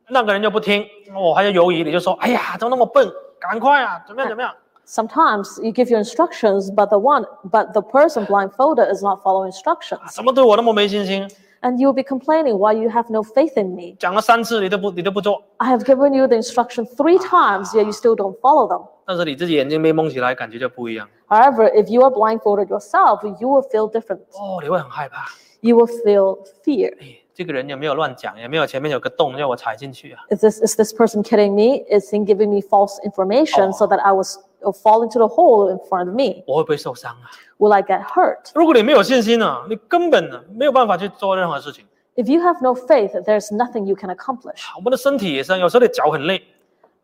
S1: 那个人就不听，我、还要犹疑，你就说，哎呀，怎么那么笨？赶快啊，怎么样怎么样？
S2: Sometimes you give your instructions, but the one, but the person blindfolded is not following
S1: 啊
S2: instructions,
S1: 怎么对我那么没信心？
S2: and you'll be complaining why you have no faith in me.
S1: 讲了三次你都不你都不做，
S2: I have given you the instruction three times, yet you still don't follow them.
S1: 但是你自己眼睛被蒙起来，感觉就不一样
S2: However, if you are blindfolded yourself, you will feel different.
S1: 哦，你会很害怕。
S2: You will feel fear.
S1: 哎这个人有没有乱讲？有没有前面有个洞要我踩进去啊？
S2: Is this is this person kidding me? Is he giving me false information so that I was will fall into the hole in front of me?
S1: 我会不会受伤啊？
S2: Will I get hurt?
S1: 如果你没有信心呢、啊你根本呢没有办法去做任何事情。啊
S2: If you have no faith, there's nothing you can accomplish.
S1: 我们的身体也是，有时候你脚很累，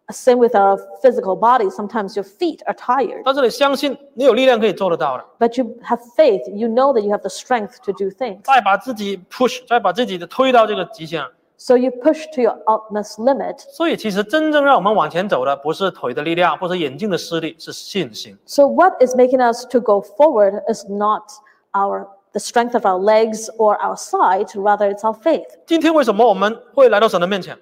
S2: Same with our physical body. Sometimes your feet are tired,
S1: 但是你相信你有力量可以做得到的，
S2: but you have faith. You know that you have the strength to do things.
S1: 再把自己 push，再把自己的推到这个极限。啊
S2: So you push to your utmost limit.
S1: 所以其实真正让我们往前走的，不是腿的力量，不是眼睛的视力，是信心。
S2: So what is making us to go forward is not our the strength of our legs or our sight, rather it's our faith.
S1: 今天为什么我们会来到神的面前？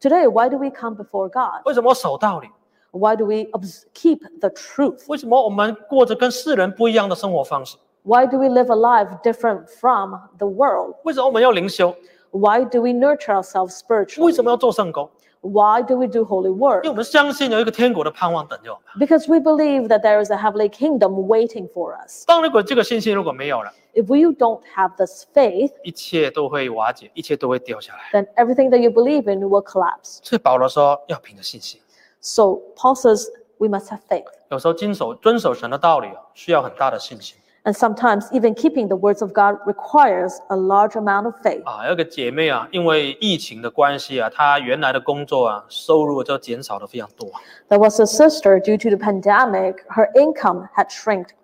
S2: Today, why do we come before God?
S1: 为什么守道理？
S2: Why do we obs- keep the truth?
S1: 为什么我们过着跟世人不一样的生活方式？
S2: Why do we live a life different from the world?
S1: 为什么我们要灵修？
S2: Why do we nurture ourselves spiritually?
S1: 为什么要做圣工？
S2: Why do we do holy
S1: 因为
S2: work?
S1: 我们相信有一个天国的盼望等着我们。
S2: Because we believe that there is a heavenly kingdom waiting for us.
S1: 当如果这个信心如果没有了，
S2: If you don't have this faith,
S1: 一切都会瓦解，一切都会掉下来。
S2: then everything that you believe in will collapse.
S1: 所以保罗说要凭着信心。
S2: So Paul says we must have faith.
S1: 有时候遵守遵守神的道理啊，需要很大的信心
S2: And sometimes even keeping the words of God requires a large amount of faith.
S1: 啊。有一个姐妹啊，因为疫情的关系啊，她原来的工作啊，收入就减少的非常多。啊
S2: There was a sister due to the pandemic, her income had shrunk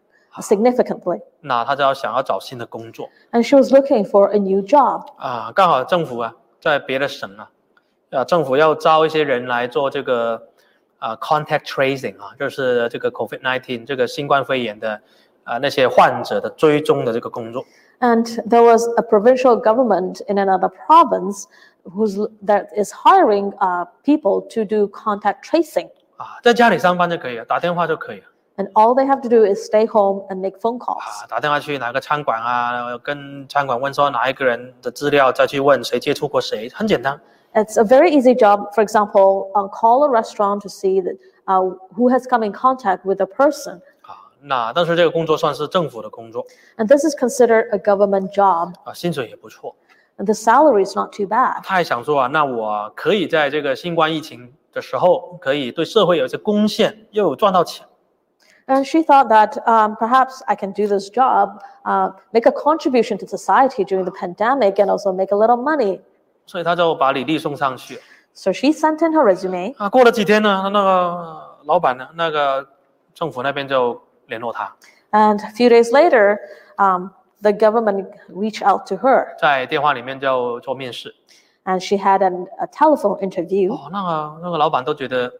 S2: significantly,
S1: 那她就要想要找新的工作
S2: and she was looking for a new job.
S1: 啊。刚好政府啊，在别的省啊，啊，政府要招一些人来做这个啊 contact tracing 啊，就是这个 COVID 1 9这个新冠肺炎的啊那些患者的追踪的这个工作。
S2: And there was a provincial government in another province who's, that is hiring uh, people to do contact tracing.
S1: 啊，在家里上班就可以了，打电话就可以了
S2: And all they have to do is stay home and make phone calls.
S1: 啊，打电话去哪个餐馆啊，跟餐馆问说哪一个人的资料，再去问谁接触过谁，很简单
S2: It's a very easy job. For example, uh, call a restaurant to see that, uh, who has come in contact with a person.
S1: 啊。那但是这个工作算是政府的工作
S2: And this is considered a government job.
S1: 啊，薪水也不错。
S2: And the salary is not too bad.
S1: 他还想说啊，那我可以在这个新冠疫情的时候，可以对社会有一些贡献，又有赚到钱
S2: And she thought that um, perhaps I can do this job, uh, make a contribution to society during the pandemic, and also make a little money.
S1: 所以他就把履历送上去
S2: So she sent in her resume.
S1: 啊。过了几天呢，那个老板呢，那个政府那边就联络他，
S2: And a few days later, um, the government reached out to her.
S1: 在电话里面就做面试。
S2: And she had an, a telephone interview.
S1: 哦，那个那个老板都觉得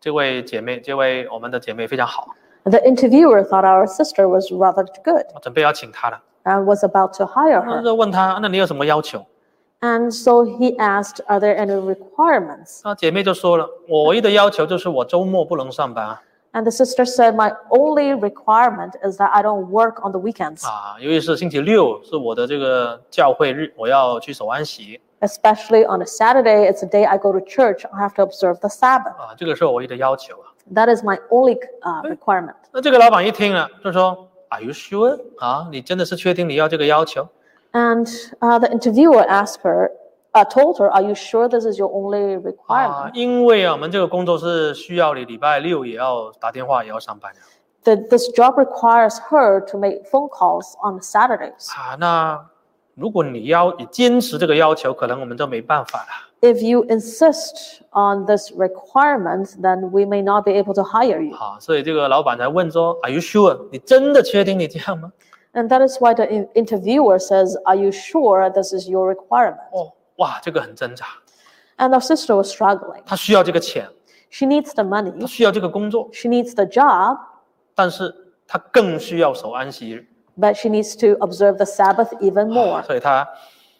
S1: 这位姐妹，这位我们的姐妹非常好，
S2: The interviewer thought our sister was rather good.
S1: 我准备要请她了。
S2: and was about to hire
S1: 那
S2: her.
S1: 就问她，那你有什么要求？
S2: And so he asked, Are there any requirements?
S1: 那啊姐妹就说了，我唯一的要求就是我周末不能上班啊
S2: And the sister said, My only requirement is that I don't work on the weekends,
S1: 啊，由于是星期六是我的这个教会日，我要去守安息
S2: especially on a Saturday. It's a day I go to church. I have to observe the Sabbath.
S1: 啊，这个是我唯一的要求啊。
S2: That is my only uh, requirement.
S1: 那这个老板一听了就说，Are you sure？啊，你真的是确定你要这个要求？
S2: And uh, the interviewer asked her, uh, told her, Are you sure this is your only
S1: 啊
S2: requirement?，
S1: 因为啊，我们这个工作是需要你礼拜六也要打电话，也要上班的。
S2: That this job requires her to make phone calls on Saturdays.
S1: 啊，那如果你要你坚持这个要求，可能我们就没办法了
S2: If you insist on this requirement, then we may not be able to hire you.
S1: 啊。所以这个老板才问说：“Are you sure？你真的确定你这样吗
S2: And that is why the in- interviewer says, Are you sure this is your requirement?？”
S1: 哦，哇，这个很挣扎。
S2: And our sister was struggling.
S1: 他需要这个钱，
S2: She needs the
S1: 他
S2: money,
S1: 需要这个工作，
S2: she needs the job,
S1: 但是他更需要守安息日。
S2: but she needs to observe the Sabbath even more.
S1: 所以他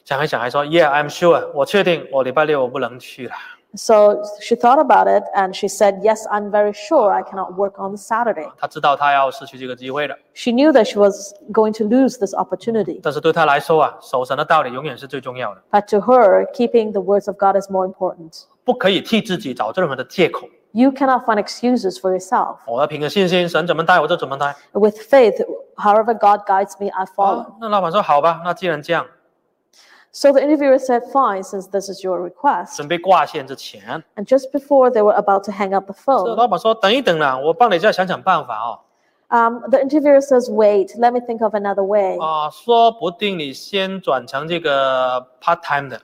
S1: 想一想，还说：“Yeah, I'm sure，我确定，我礼拜六我不能去了。
S2: So she thought about it and she said, Yes, I'm very sure I cannot work on Saturday. ”
S1: 他知道他要失去这个机会了，
S2: She knew that she was going to lose this opportunity.
S1: 但是对他来说啊，守神的道理永远是最重要的，
S2: But to her, keeping the words of God is more important.
S1: 不可以替自己找任何的借口。
S2: You cannot find excuses for yourself.
S1: 我要凭着信心，神怎么带我就怎么带。
S2: With faith, however God guides me, I
S1: 哦
S2: follow.，
S1: 那老板说好吧，那既然这样，
S2: So the interviewer said, Fine, since this is your request.
S1: 准备挂线之前，
S2: And just before they were about to hang up the
S1: 这个
S2: phone,
S1: 老板说等一等啦，我帮你再想想办法哦。
S2: um, the interviewer says, Wait, let me
S1: Oh. 啊
S2: think of another way.
S1: 啊，说不定你先转成这个 part time 的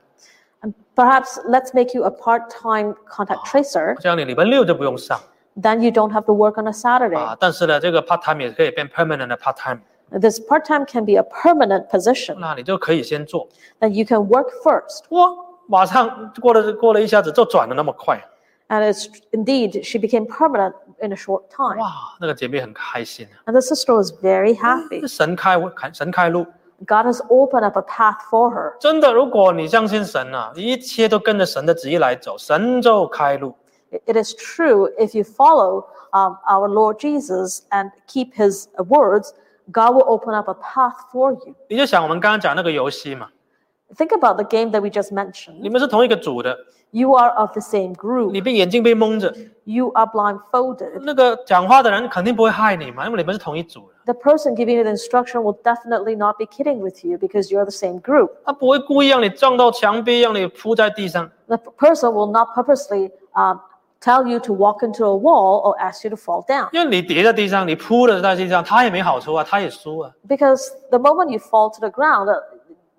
S2: Perhaps let's make you a part time contact tracer.
S1: 这样你礼拜六就不用上
S2: Then you don't have to work on a Saturday.
S1: 啊。但是呢，这个 part time 也可以变 permanent 的 part time，
S2: This part time can be a permanent position.
S1: 那你就可以先做。
S2: Then you can work first.
S1: 哇，马上过了过了一下子就转的那么快，
S2: And it's indeed, she became permanent in a short time.
S1: 哇，那个姐妹很开心啊，
S2: And the sister was very happy.
S1: 神开神开路。
S2: God has opened up a path for her.
S1: 真的，如果你相信神啊，一切都跟着神的旨意来走，神就开路。
S2: It- It is true, if you follow um, our Lord Jesus and keep his uh, words, God will open up a path for you.
S1: 你就想我们刚刚讲那个游戏嘛，
S2: Think about the game that we just
S1: 你
S2: mentioned.
S1: 们是同一个组的，
S2: You are of the same group,
S1: 你被眼睛被蒙着，
S2: you are blindfolded.
S1: 那个讲话的人肯定不会害你嘛，因为你们是同一组的，
S2: The person giving you the instruction will definitely not be kidding with you because you're the same group.
S1: 他不会故意让你撞到墙壁，让你扑在地上。
S2: The p- person will not purposely um, tell you to walk into a wall or ask you to fall down
S1: 因为你跌在地上，你扑了在地上，他也没好处啊，他也输啊，
S2: because the moment you fall to the ground, uh,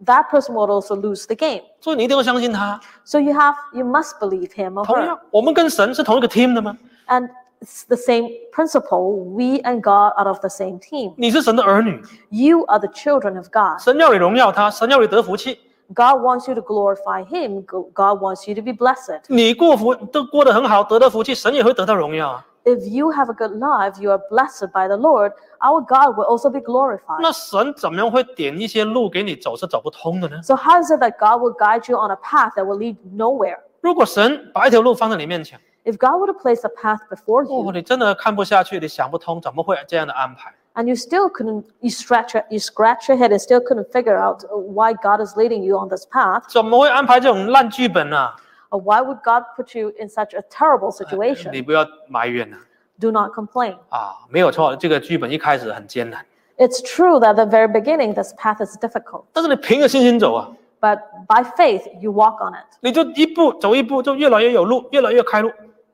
S2: that person will also lose the game.
S1: 所以你一定要相信他。
S2: So you have you must believe him or
S1: 同
S2: her.
S1: 样，我们跟神是同一个 team 的吗？
S2: And it's the same principle. We and God are of the same team.
S1: 你是神的儿女，
S2: You are the children of God.
S1: 神要你荣耀他，神要你得福气，
S2: God wants you to glorify Him. Go- God wants you to be blessed.
S1: 你过福都过得很好，得到福气，神也会得到荣耀啊。
S2: If you have a good life, you are blessed by the Lord. Our God will also be glorified.
S1: 那神怎么样会点一些路给你走是走不通的呢？
S2: So how is it that God will guide you on a path that will lead nowhere?
S1: 如果神把一条路放在你面前，
S2: If God would have placed a path before
S1: 哦，
S2: you
S1: 你真的看不下去，你想不通，怎么会这样的安排？
S2: and you still couldn't, you scratch your, you scratch your head and still couldn't figure out why God is leading you on this path,
S1: 怎么会安排这种烂剧本啊呢、
S2: or why would God put you in such a terrible
S1: 你
S2: situation?
S1: 不要埋怨了
S2: Do not complain.
S1: 啊，没有错，这个剧本一开始很艰难，
S2: It's true that at the very beginning this path is difficult,
S1: 但是你凭着信心走啊，
S2: but by faith you walk on it,
S1: 你就一步走一步，就越来越有路，越来越开路。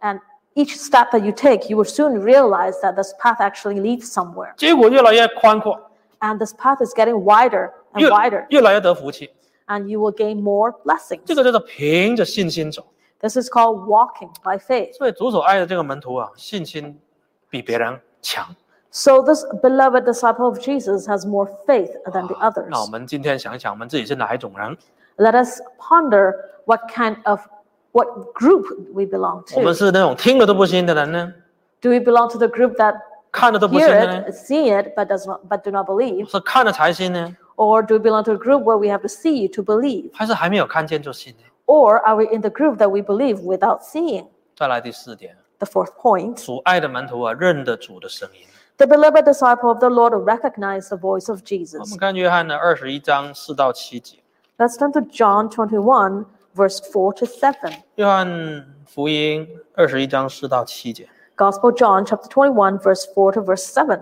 S2: and each step that you take, you will soon realize that this path actually leads somewhere,
S1: 结果越来越宽阔，
S2: and this path is getting wider and
S1: 越
S2: wider,
S1: 越来越得福气。
S2: and you will gain more blessings.
S1: 这个叫做凭着信心走。
S2: This is called walking by faith.
S1: 所以主所爱的这个门徒啊，信心比别人强。
S2: So this beloved disciple of Jesus has more faith than the others.
S1: 那我们今天想一想，我们自己是哪一种人？
S2: Let us ponder what kind of what group we belong
S1: 我们
S2: to.
S1: 是那种听了都不信的人呢，
S2: Do we belong to the group that
S1: 看了都不信
S2: hear
S1: 的呢
S2: it,，see it, but does not but do not believe?
S1: 是看了才信呢，
S2: Or do we belong to a group where we have to see to believe?
S1: 还是还没有看见就信呢？
S2: Or are we in the group that we believe without seeing?
S1: 再来第四点，
S2: The fourth point.
S1: 主爱的门徒啊，认得主的声音。
S2: The beloved disciple of the Lord recognized the voice of
S1: 我
S2: Jesus.
S1: 们看约翰的二十一章四到七节，
S2: Let's turn to John 21, verse 4 to 7.
S1: 约翰福音二十一章四到七节。
S2: Gospel of John chapter 21 verse 4 to verse 7.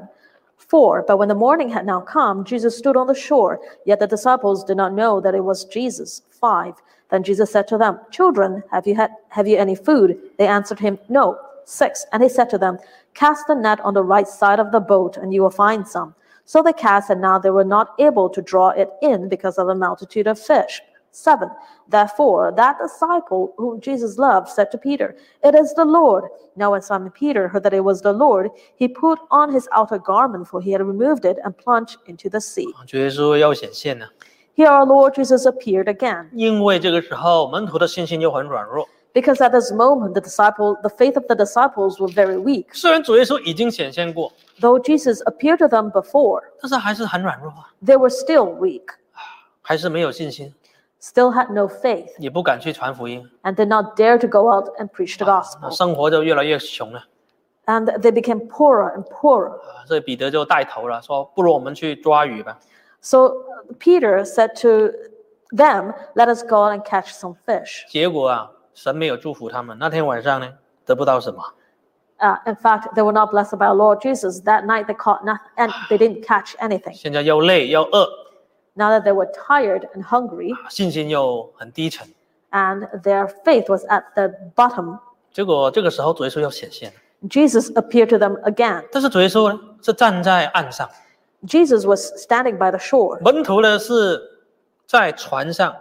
S2: 4 But when the morning had now come Jesus stood on the shore yet the disciples did not know that it was Jesus. 5 Then Jesus said to them, "Children, have you had have you any food?" They answered him, "No." 6 And he said to them, "Cast the net on the right side of the boat and you will find some." So they cast and now they were not able to draw it in because of the multitude of fish. 7. Therefore, that disciple whom Jesus loved said to Peter, It is the Lord. Now, when Simon Peter heard that it was the Lord, he put on his outer garment, for he had removed it, and plunged into the sea.
S1: 主耶稣要显现呢、
S2: Here our Lord Jesus appeared again,
S1: 因为这个时候门徒的信心又很软弱。
S2: because at this moment the disciple, the faith of the disciples were very weak.
S1: 虽然主耶稣已经显现过，
S2: Though Jesus appeared to them before,
S1: 但是还是很软弱啊，
S2: they were still weak,
S1: 还是没有信心，
S2: still had no faith,
S1: 也不敢去传福音，
S2: and did not dare to go out and preach the
S1: 那
S2: gospel.
S1: 生活就越来越穷了。
S2: And they became poorer and poorer.
S1: 啊，所以彼得就带头了，说不如我们去抓鱼吧。
S2: So uh, Peter said to them, Let us go out and catch some fish.
S1: 结果啊，神没有祝福他们。那天晚上呢，得不到什么，
S2: Uh, in fact, they were not blessed by our Lord Jesus. That night they caught nothing and they didn't catch anything.
S1: 现在又累又饿，
S2: Now that they were tired and hungry
S1: 信心又很低沉。
S2: and their faith was at the bottom,
S1: 结果这个时候主耶稣要显现，
S2: Jesus appeared to them again.
S1: 但是主耶稣呢是站在岸上，
S2: Jesus was standing by the shore
S1: 门徒呢是在船上，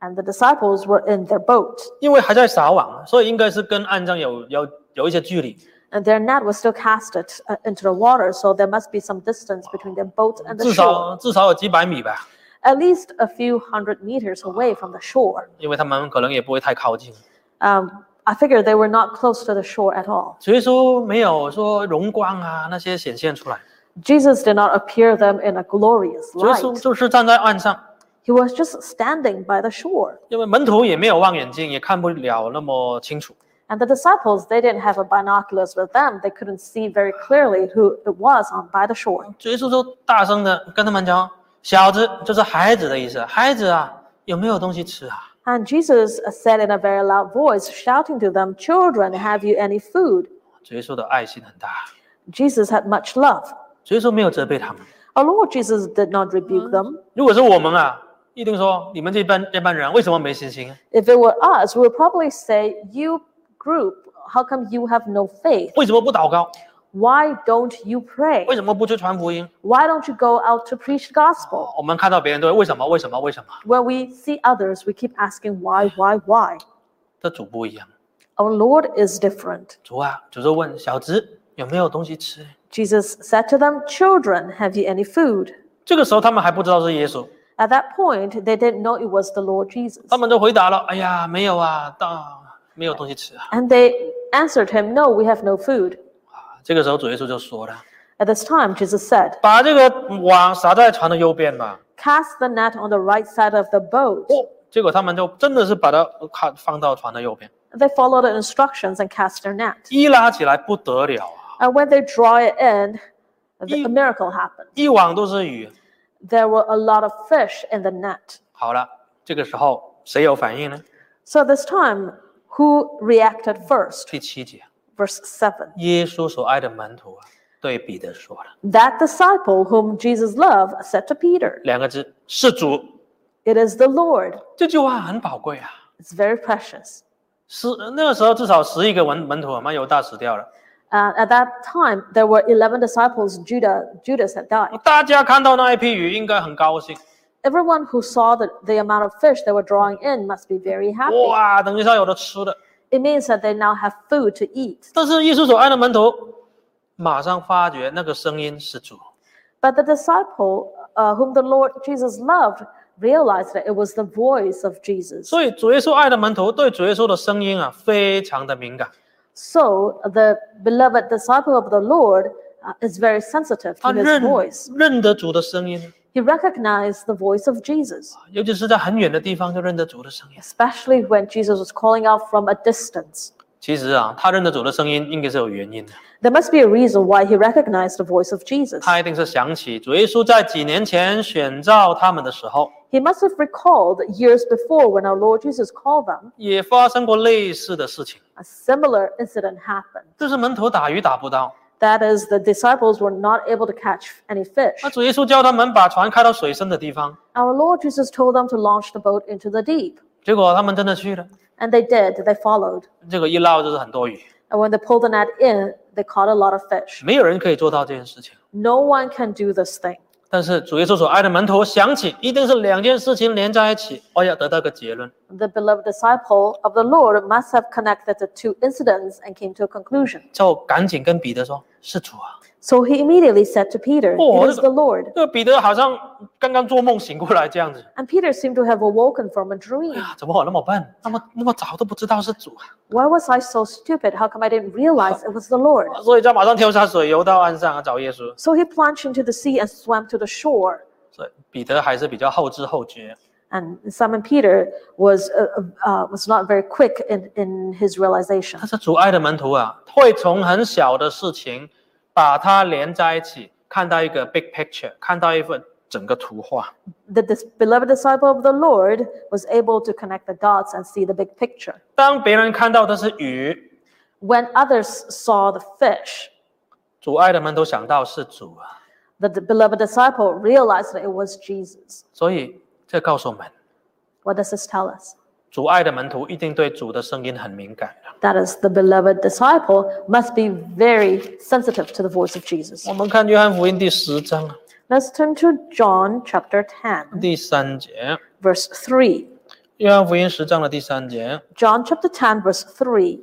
S2: and the disciples were in their boat,
S1: 因为还在撒网，所以应该是跟岸上有有有一些距离。
S2: and their net was still casted uh, into the water, so there must be some distance between their boat and
S1: 至
S2: the shore,
S1: 少至少有几百米吧，
S2: at least a few hundred meters away from the shore.
S1: 因为他们可能也不会太靠近。
S2: Um, I figure they were not close to the shore at all.
S1: 所以说没有说荣光啊那些显现出来，
S2: Jesus did not appear them in a glorious
S1: 所以
S2: light.
S1: 说就是站在岸上，
S2: He was just standing by the shore.
S1: 因为门徒也没有望远镜，也看不了那么清楚。
S2: And the disciples, they didn't have a binoculars with them. They couldn't see very clearly who it was on by the shore.
S1: 所以说就大声的跟他们讲：“小子，就是孩子的意思，孩子啊，有没有东西吃啊
S2: And Jesus said in a very loud voice, shouting to them, Children, have you any food? ”
S1: 所以说的爱心很大，
S2: Jesus had much love.
S1: 所以说没有责备他们。
S2: Our Lord Jesus did not rebuke them.
S1: 如果是我们啊，一定说你们这班这班人为什么没信心？
S2: If it were us, we would probably say, You group, how come you have no faith?
S1: 为什么不祷告？
S2: Why don't you pray?
S1: 为什么不去传福音？
S2: Why don't you go out to preach the gospel?
S1: 我们看到别人都会为什么为什么为什么，
S2: When we see others, we keep asking why, why, why.
S1: 这主不一样。
S2: Our Lord is different.
S1: 主啊，主就问小子有没有东西吃？
S2: Jesus said to them, Children, have you any food?
S1: 这个时候他们还不知道是耶稣，
S2: At that point, they didn't know it was the Lord Jesus.
S1: 他们就回答了：“哎呀，没有啊，到没有东西吃啊。
S2: And they answered him, No, we have no food. ”
S1: 这个时候主耶稣就说了
S2: At this time, Jesus said,：“
S1: 把这个网撒在船的右边吧。
S2: Cast the net on the right side of the boat. ”
S1: 哦，结果他们就真的是把它看放到船的右边，
S2: They followed the instructions and cast their net.
S1: 一拉起来不得了啊，
S2: And when they draw it in, the,
S1: You-
S2: a miracle happened.
S1: 一网都是鱼。
S2: There were a lot of fish in the net.
S1: 好了，这个时候谁有反应呢？
S2: So this time, who reacted first?
S1: 第七节，
S2: Verse 7.
S1: 耶稣所爱的门徒啊，对彼得说了
S2: That disciple whom Jesus loved said to Peter,
S1: 两个字：是主。
S2: It is the Lord.
S1: 这句话很宝贵啊。
S2: It's very precious.
S1: 十那个时候至少十一个门门徒啊，马犹大死掉了。
S2: Uh, at that time, there were 11 disciples. Judah, Judas had died.
S1: 大家看到那一批鱼，应该很高兴。
S2: Everyone who saw the, the amount of fish they were drawing in must be very happy.
S1: 哇，等一下有的吃的。
S2: It means that they now have food to eat.
S1: 但是耶稣所爱的门徒，马上发觉那个声音是主，
S2: But the disciple uh, whom the Lord Jesus loved realized that it was the voice of Jesus.
S1: 所以主耶稣爱的门徒对主耶稣的声音啊，非常的敏感，
S2: So the beloved disciple of the Lord uh, is very sensitive
S1: 他
S2: to his
S1: 认
S2: voice.
S1: 认得主的声音，
S2: He recognized the voice of Jesus,
S1: 尤其是在很远的地方就认得主的声音。
S2: especially when Jesus was calling out from a distance.
S1: 其实啊，他认得主的声音应该是有原因的，
S2: There must be a reason why he recognized the voice of Jesus.
S1: 他一定是想起主耶稣在几年前选召他们的时候，
S2: He must have recalled years before when our Lord Jesus called them,
S1: 也发生过类似的事情，
S2: a similar incident happened.
S1: 就是门徒打鱼打不到。
S2: That is, the disciples were not able to catch any fish.
S1: 那主耶稣叫他们把船开到水深的地方，
S2: Our Lord Jesus told them to launch the boat into the deep,
S1: 结果他们真的去了。
S2: and they did. They followed.
S1: 这个一捞就是很多鱼，
S2: And when they pulled the net in, they caught a lot of fish.
S1: 没有人可以做到这件事情。
S2: No one can do this thing.
S1: 但是主耶稣所爱的门徒想起，一定是两件事情连在一起，哎呀，得到个结论：
S2: The beloved disciple of the Lord must have connected the two incidents and came to a conclusion.
S1: 就赶紧跟彼得说：“是主啊
S2: So he immediately said to Peter,
S1: Oh,
S2: It is
S1: this-
S2: the！” Lord.
S1: 这个彼得好像刚刚做梦醒过来这样子，
S2: And Peter seemed to have awoken from a dream.
S1: 啊怎么我那么笨，那么那么早都不知道是主啊？
S2: Why was I so stupid? How come I didn't realize it was the Lord?
S1: 所以就马上跳下水，游到岸上啊，找耶稣。
S2: So he plunged into the sea and swam to the shore.
S1: 所以彼得还是比较后知后觉，
S2: And Simon Peter was uh, uh, was not very quick in, in his realization.
S1: 但是主爱的门徒啊，会从很小的事情把它连在一起，看到一个 big picture，看到一份整个图画。
S2: The dis- beloved disciple of the Lord was able to connect the dots and see the big picture.
S1: 当别人看到的是鱼，
S2: When others saw the fish,
S1: 主爱的门徒想到是主啊，
S2: the d- beloved disciple realized that it was Jesus.
S1: 所以这告诉我们，
S2: What does this tell us?
S1: 主爱的门徒一定对主的声音很敏感啊的。
S2: That is, the beloved disciple must be very sensitive to the voice of Jesus.
S1: 我们看约翰福音第十章啊
S2: Let's turn to John chapter 10,
S1: 第三节，
S2: verse 3.
S1: 约翰福音十章的第三节，
S2: John chapter 10, verse 3.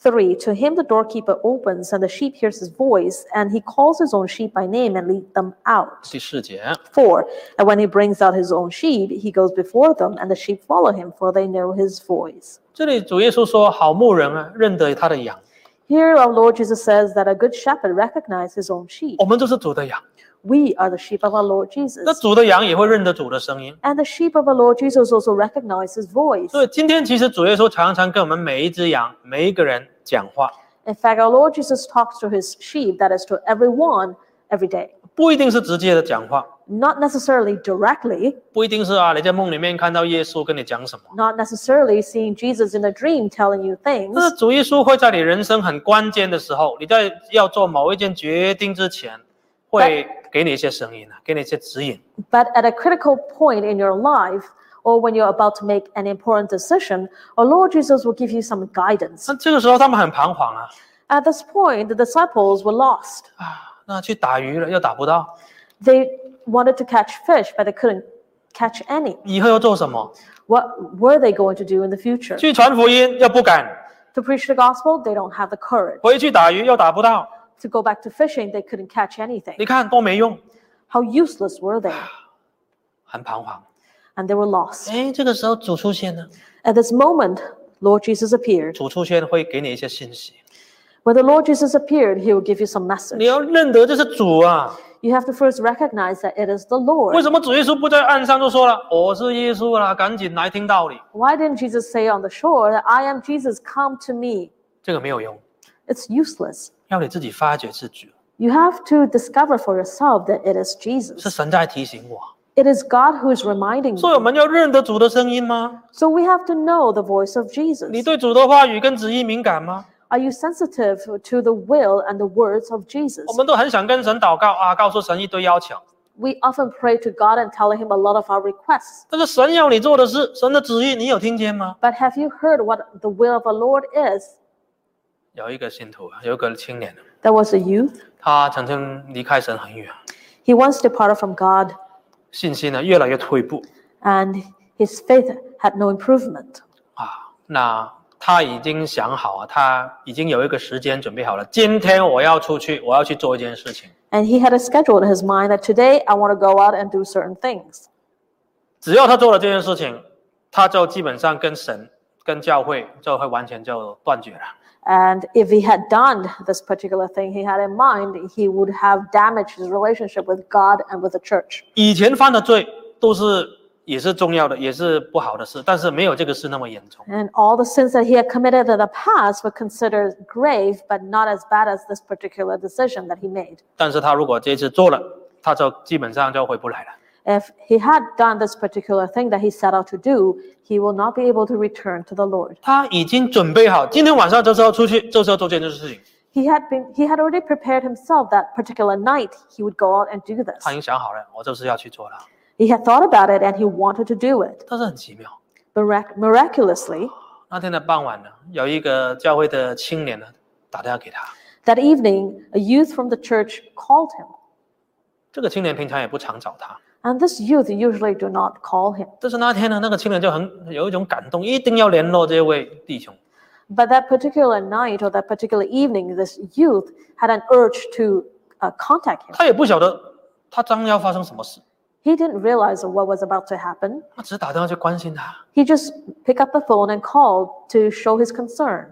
S2: 3. To him the doorkeeper opens, and the sheep hears his voice, and he calls his own sheep by name and leads them out.
S1: 第四节，
S2: 4. And when he brings out his own sheep, he goes before them, and the sheep follow him, for they know his voice.
S1: 这里主耶稣说：“好牧人啊，认得他的羊。
S2: Here our Lord Jesus says that a good shepherd recognizes his own sheep.
S1: 我们就是主的羊，
S2: We are the sheep of our Lord
S1: 那
S2: Jesus.
S1: 主的羊也会认得主的声音。
S2: And the sheep of our Lord Jesus also recognize his voice.
S1: 所以今天其实主耶稣常常跟我们每一只羊、每一个人讲话，
S2: In fact, our Lord Jesus talks to his sheep, that is to everyone, every day.
S1: 不一定是直接的讲话，
S2: Not necessarily directly,
S1: 不一定是啊，你在梦里面看到耶稣跟你讲什么，
S2: not necessarily seeing Jesus in a dream telling you
S1: 但
S2: things,
S1: 是主耶稣会在你人生很关键的时候，你在要做某一件决定之前，会给你一些声音啊，给你一些指引。
S2: but at a critical point in your life, or when you're about to make an important decision, our Lord Jesus will give you some guidance.
S1: 那这个时候他们很彷徨啊
S2: At this point, the disciples were lost.
S1: 啊，那去打鱼了又打不到，
S2: They wanted to catch fish, but they couldn't catch any.
S1: 以后要做什么？
S2: What were they going to do in the future?
S1: 去传福音又不敢，
S2: To preach the gospel, they don't have the courage.
S1: 回去打鱼又打不到，
S2: To go back to fishing, they couldn't catch anything.
S1: 你看都没用，
S2: How useless were they?
S1: 很彷徨。
S2: And they were lost.
S1: 哎，这个时候主出现呢，
S2: At this moment, Lord Jesus appeared.
S1: 主出现会给你一些信息，
S2: When the Lord Jesus appeared, he will give you some
S1: 你
S2: message.
S1: 要认得这是主啊。
S2: You have to first recognize that it is the
S1: 为
S2: Lord.
S1: 什么主耶稣不在岸上就说了我是耶稣啦，赶紧来听道理？
S2: Why didn't Jesus say on the shore that I am Jesus, come to me?
S1: 这个没有用，
S2: It's useless.
S1: 要你自己发掘自觉，
S2: You have to discover for yourself that it
S1: 是
S2: is Jesus.
S1: 神在提醒我。
S2: It is God who is reminding
S1: 所以我
S2: you.
S1: 们要认得主的声音吗？
S2: So we have to know the voice of
S1: 你
S2: Jesus.
S1: 对主的话语跟旨意敏感吗？
S2: Are you sensitive to the will and the words of Jesus?
S1: 我们都很想跟神祷告啊，告诉神一堆要求，
S2: We often pray to God and tell Him a lot of our requests.
S1: 但是神要你做的事，神的旨意你有听见吗？
S2: But have you heard what the will of our Lord is?
S1: 有一个信徒啊，有一个青年，
S2: There was a youth.
S1: 他曾经离开神很远，
S2: He once departed from God,
S1: 信心呢越来越退步
S2: and his faith had no improvement.
S1: 啊。那他已经想好啊，他已经有一个时间准备好了，今天我要出去，我要去做一件事情，
S2: And he had a schedule in his mind that today I want to go out and do certain things.
S1: 只要他做了这件事情，他就基本上跟神、跟教会就会完全就断绝了。
S2: And if he had done this particular thing he had in mind, he would have damaged his relationship with God and with the church.
S1: 以前犯的罪都是也是重要的，也是不好的事，但是没有这个事那么严重。
S2: And all the sins that he had committed in the past were considered grave, but not as bad as this particular decision that he made.
S1: 但是他如果这次做了，他就基本上就回不来了。
S2: If he had done this particular thing that he set out to do, he will not be able to return to the Lord.
S1: 他已经准备好，今天晚上就是要出去，就是要做这件事情。
S2: He had been he had already prepared himself that particular night he would go out and do this.
S1: 他已经想好了，我就是要去做了。
S2: He had thought about it and he wanted to do it.
S1: 但是很奇妙，
S2: Mirac- miraculously,
S1: 那天的傍晚呢，有一个教会的青年呢打电话给他。
S2: that evening a youth from the church called him.
S1: 这个青年平常也不常找他，
S2: And this youth usually do not call him.
S1: 但是那天呢，那个青年就很有一种感动，一定要联络这位弟兄。
S2: But that particular night or that particular evening, this youth had an urge to uh, contact him.
S1: 他也不晓得他将要发生什么事，
S2: He didn't realize what was about to happen.
S1: 他只是打电话去关心他。
S2: He just picked up the phone and called to show his concern.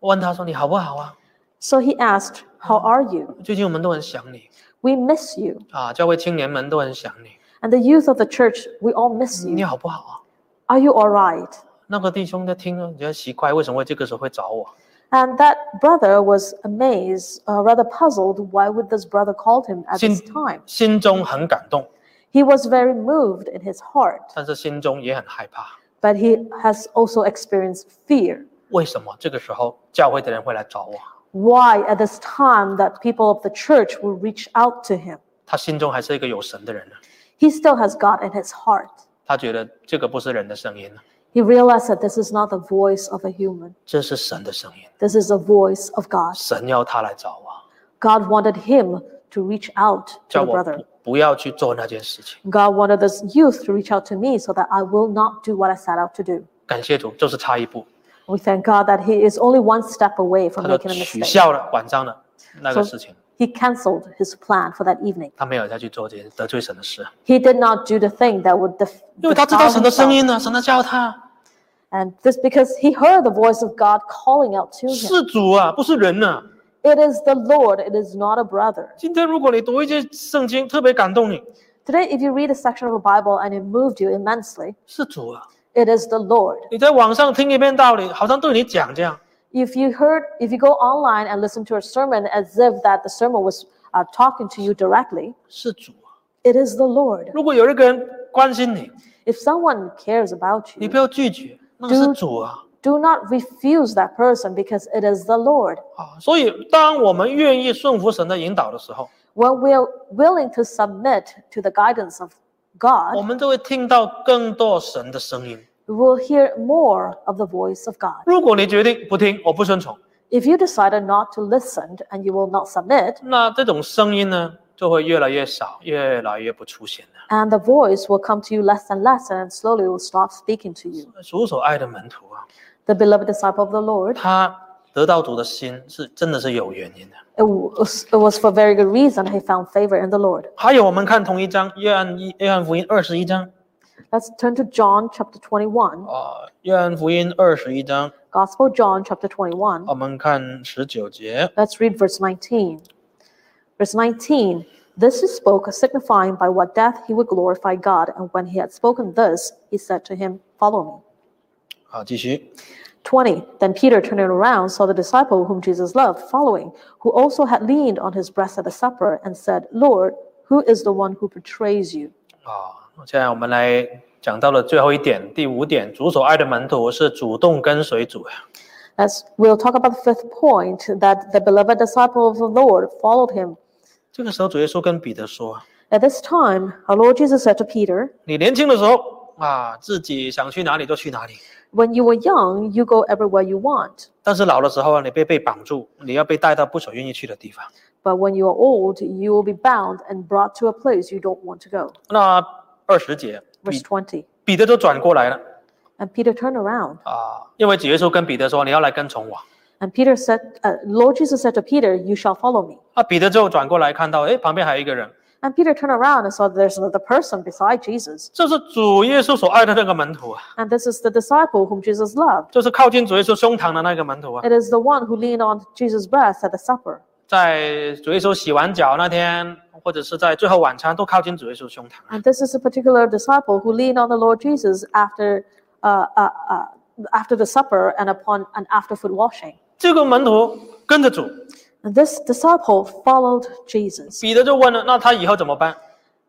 S1: 我问他说：“你好不好啊？
S2: So he asked, How are you?
S1: 最近我们都很想你
S2: We miss you.
S1: 啊，教会青年们都很想你，
S2: And the youth of the church, we all miss
S1: 你
S2: you.
S1: 好不好啊
S2: Are you all right?
S1: 那个弟兄在听了，觉得奇怪，为什么会这个时候会找我？
S2: And that brother was amazed, uh, rather puzzled. Why would this brother call him at this
S1: Sin-
S2: time?
S1: 心中很感动，
S2: He was very moved in his heart,
S1: 但是心中也很害怕。
S2: but he has also experienced fear.
S1: 为什么这个时候教会的人会来找我？
S2: Why at this time that people of the church will reach out to him?
S1: 他心中还是一个有神的人呢，
S2: He still has God in his heart.
S1: 他觉得这个不是人的声音，
S2: He realized that this is not the voice of a human.
S1: 这是神的声音，
S2: This is the voice of God.
S1: 神要他来找我，
S2: God wanted him to reach out to
S1: 叫
S2: the
S1: 我
S2: brother.
S1: 不不要去做那件事情。
S2: God wanted this youth to reach out to me so that I will not do what I set out to do.
S1: 感谢主，就是差一步，
S2: We thank God that He is only one step away from
S1: 他就
S2: making a
S1: 取
S2: mistake.
S1: 消了晚上的那个事情，
S2: He canceled his plan for that evening.
S1: 他没有再去做这些得罪神的事，
S2: He did not do the thing that would def-
S1: 因为他知道
S2: defile
S1: 神的声
S2: himself.
S1: 音呢，神在叫他
S2: And this because he heard the voice of God calling out to him.
S1: 是主啊，不是人呐、
S2: It is the Lord, it is not a brother.
S1: 今天如果你读一些圣经，特别感动你，
S2: Today, if you read a section of the Bible and it moved you immensely,
S1: 是主啊。
S2: it is the Lord.
S1: 你在网上听一遍道理，好像对你讲这样，
S2: If you heard, if you go online and listen to a sermon as if that the sermon was uh, talking to you directly,
S1: 是主啊。
S2: it is the Lord.
S1: 如果有一个人关心你，
S2: If someone cares about
S1: 你
S2: you,
S1: 不要拒绝，那个是主啊
S2: do not refuse that person because it is the Lord.
S1: 啊！所以，当我们愿意顺服神的引导的时候，
S2: When we are willing to submit to the guidance of
S1: 我
S2: God,
S1: 们就会听到更多神的声音。
S2: we will hear more of the voice of God.
S1: 如果你决定不听，我不顺从，
S2: If you decided not to listen and you will not submit,
S1: 那这种声音呢，就会越来越少，越来越不出现了。
S2: and the voice will come to you less and less, and slowly will stop speaking to you.
S1: 主所爱的门徒啊，
S2: The beloved disciple of the Lord,
S1: 他得到主的心是真的是有原因的。
S2: it was, it was for very good reason he found favor in the Lord.
S1: 还有，我们看同一章约翰一约翰福音二十一章
S2: Let's turn to John chapter 21,
S1: 啊，约翰福音二十一章，
S2: Gospel of John chapter 21.
S1: 我们看十九节。
S2: Let's read verse 19. Verse 19 This he spoke, signifying by what death he would glorify God. And when he had spoken this, he said to him, Follow me.
S1: 好，继续。
S2: 20. Then Peter, turning around, saw the disciple whom Jesus loved following, who also had leaned on his breast at the supper, and said, Lord, who is the one who betrays you?
S1: 啊，现在我们来讲到了最后一点，第五点，主所爱的门徒是主动跟随主呀。
S2: As we'll talk about the fifth point, that the beloved disciple of the Lord followed him.
S1: 这个时候，主耶稣跟彼得说
S2: At this time, our Lord Jesus said to Peter,：“
S1: 你年轻的时候啊，自己想去哪里就去哪里；
S2: When you were young, you go everywhere you want.
S1: 但是老的时候啊，你被被绑住，你要被带到不所愿意去的地方。
S2: But when you are old, you will be bound and brought to a place you don't want to go.
S1: 那”二十节，
S2: Verse
S1: 彼
S2: 20.
S1: 彼得就转过来了
S2: And Peter turned around.
S1: 啊，因为主耶稣跟彼得说：“你要来跟从我。
S2: And Peter said, uh, Lord Jesus said to Peter, You shall follow me. ”
S1: 啊，彼得就转过来看到，哎，旁边还有一个人，
S2: And Peter turned around and saw there's another person beside Jesus.
S1: 这是主耶稣所爱的那个门徒啊，
S2: And this is the disciple whom Jesus loved.
S1: 就是靠近主耶稣胸膛的那个门徒啊。
S2: It is the one who leaned on Jesus' breast at the supper.
S1: 在主耶稣洗完脚那天，或者是在最后晚餐，都靠近主耶稣胸膛。
S2: And this is a particular disciple who leaned on the Lord Jesus after, uh, uh, uh, after the supper and upon an after food washing.
S1: 这个门徒跟着主，
S2: And this disciple followed Jesus.
S1: 彼得就问了：“那他以后怎么办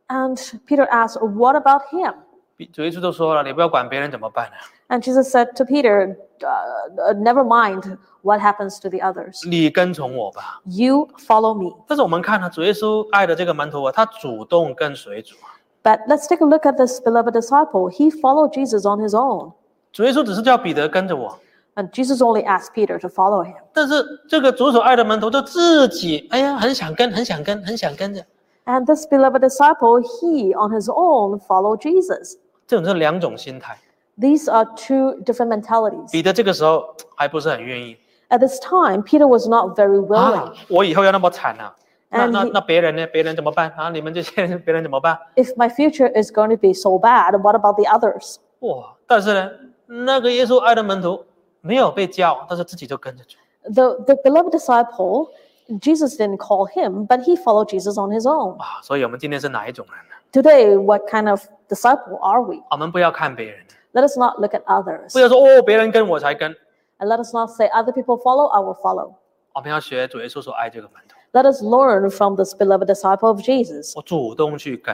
S2: And Peter asked, What about him?？”
S1: 彼主耶稣就说了：“你不要管别人怎么办啊，
S2: And Jesus said to Peter, "Uh, uh, Never mind what happens to the others.
S1: 你跟从我吧。
S2: You follow me. ”
S1: 但是我们看呢，主耶稣爱的这个门徒啊，他主动跟随主啊。
S2: But let's take a look at this beloved disciple. He followed Jesus on his own.
S1: 主耶稣只是叫彼得跟着我，
S2: And Jesus only asked Peter to follow him.
S1: 但是这个主所爱的门徒就自己，哎呀，很想跟，很想跟，很想跟着。
S2: And this beloved disciple, he on his own followed Jesus.
S1: 这种是两种心态。
S2: These are two different mentalities.
S1: 彼得这个时候还不是很愿意
S2: At this time, Peter was not very
S1: 啊
S2: willing.，
S1: 我以后要那么惨啊。那
S2: And
S1: 那
S2: he-
S1: 那别人呢？别人怎么办啊？你们这些人，别人怎么办？
S2: if my future is going to be so bad, what about the others?
S1: 哇！但是呢，那个耶稣爱的门徒没有被叫，但是自己就跟着主。
S2: the, the beloved disciple, Jesus didn't call him, but he followed Jesus on his own.
S1: 哇！啊所以我们今天是哪一种人呢？
S2: Today, what kind of disciple are we?
S1: 我们不要看别人，
S2: Let us not look at others.
S1: 不要说哦，别人跟我才跟。
S2: And let us not say, other people follow, I will follow.
S1: 我们要学主耶稣所爱这个门徒，
S2: Let us learn from this beloved disciple of Jesus
S1: 我主动去跟，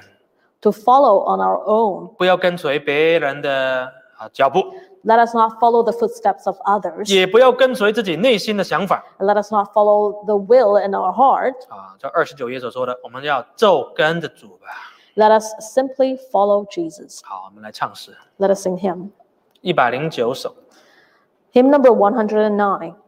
S2: to follow on our own.
S1: 不要跟随别人的啊脚步，
S2: Let us not follow the footsteps of others.
S1: 也不要跟随自己内心的想法
S2: And let us not follow the will in our heart.
S1: 啊。这二十九页所说的，我们要就跟着主吧。
S2: Let us simply follow Jesus.
S1: 好，我们来唱诗
S2: Let us sing hymn.
S1: 一百零九首。
S2: Hymn number 109.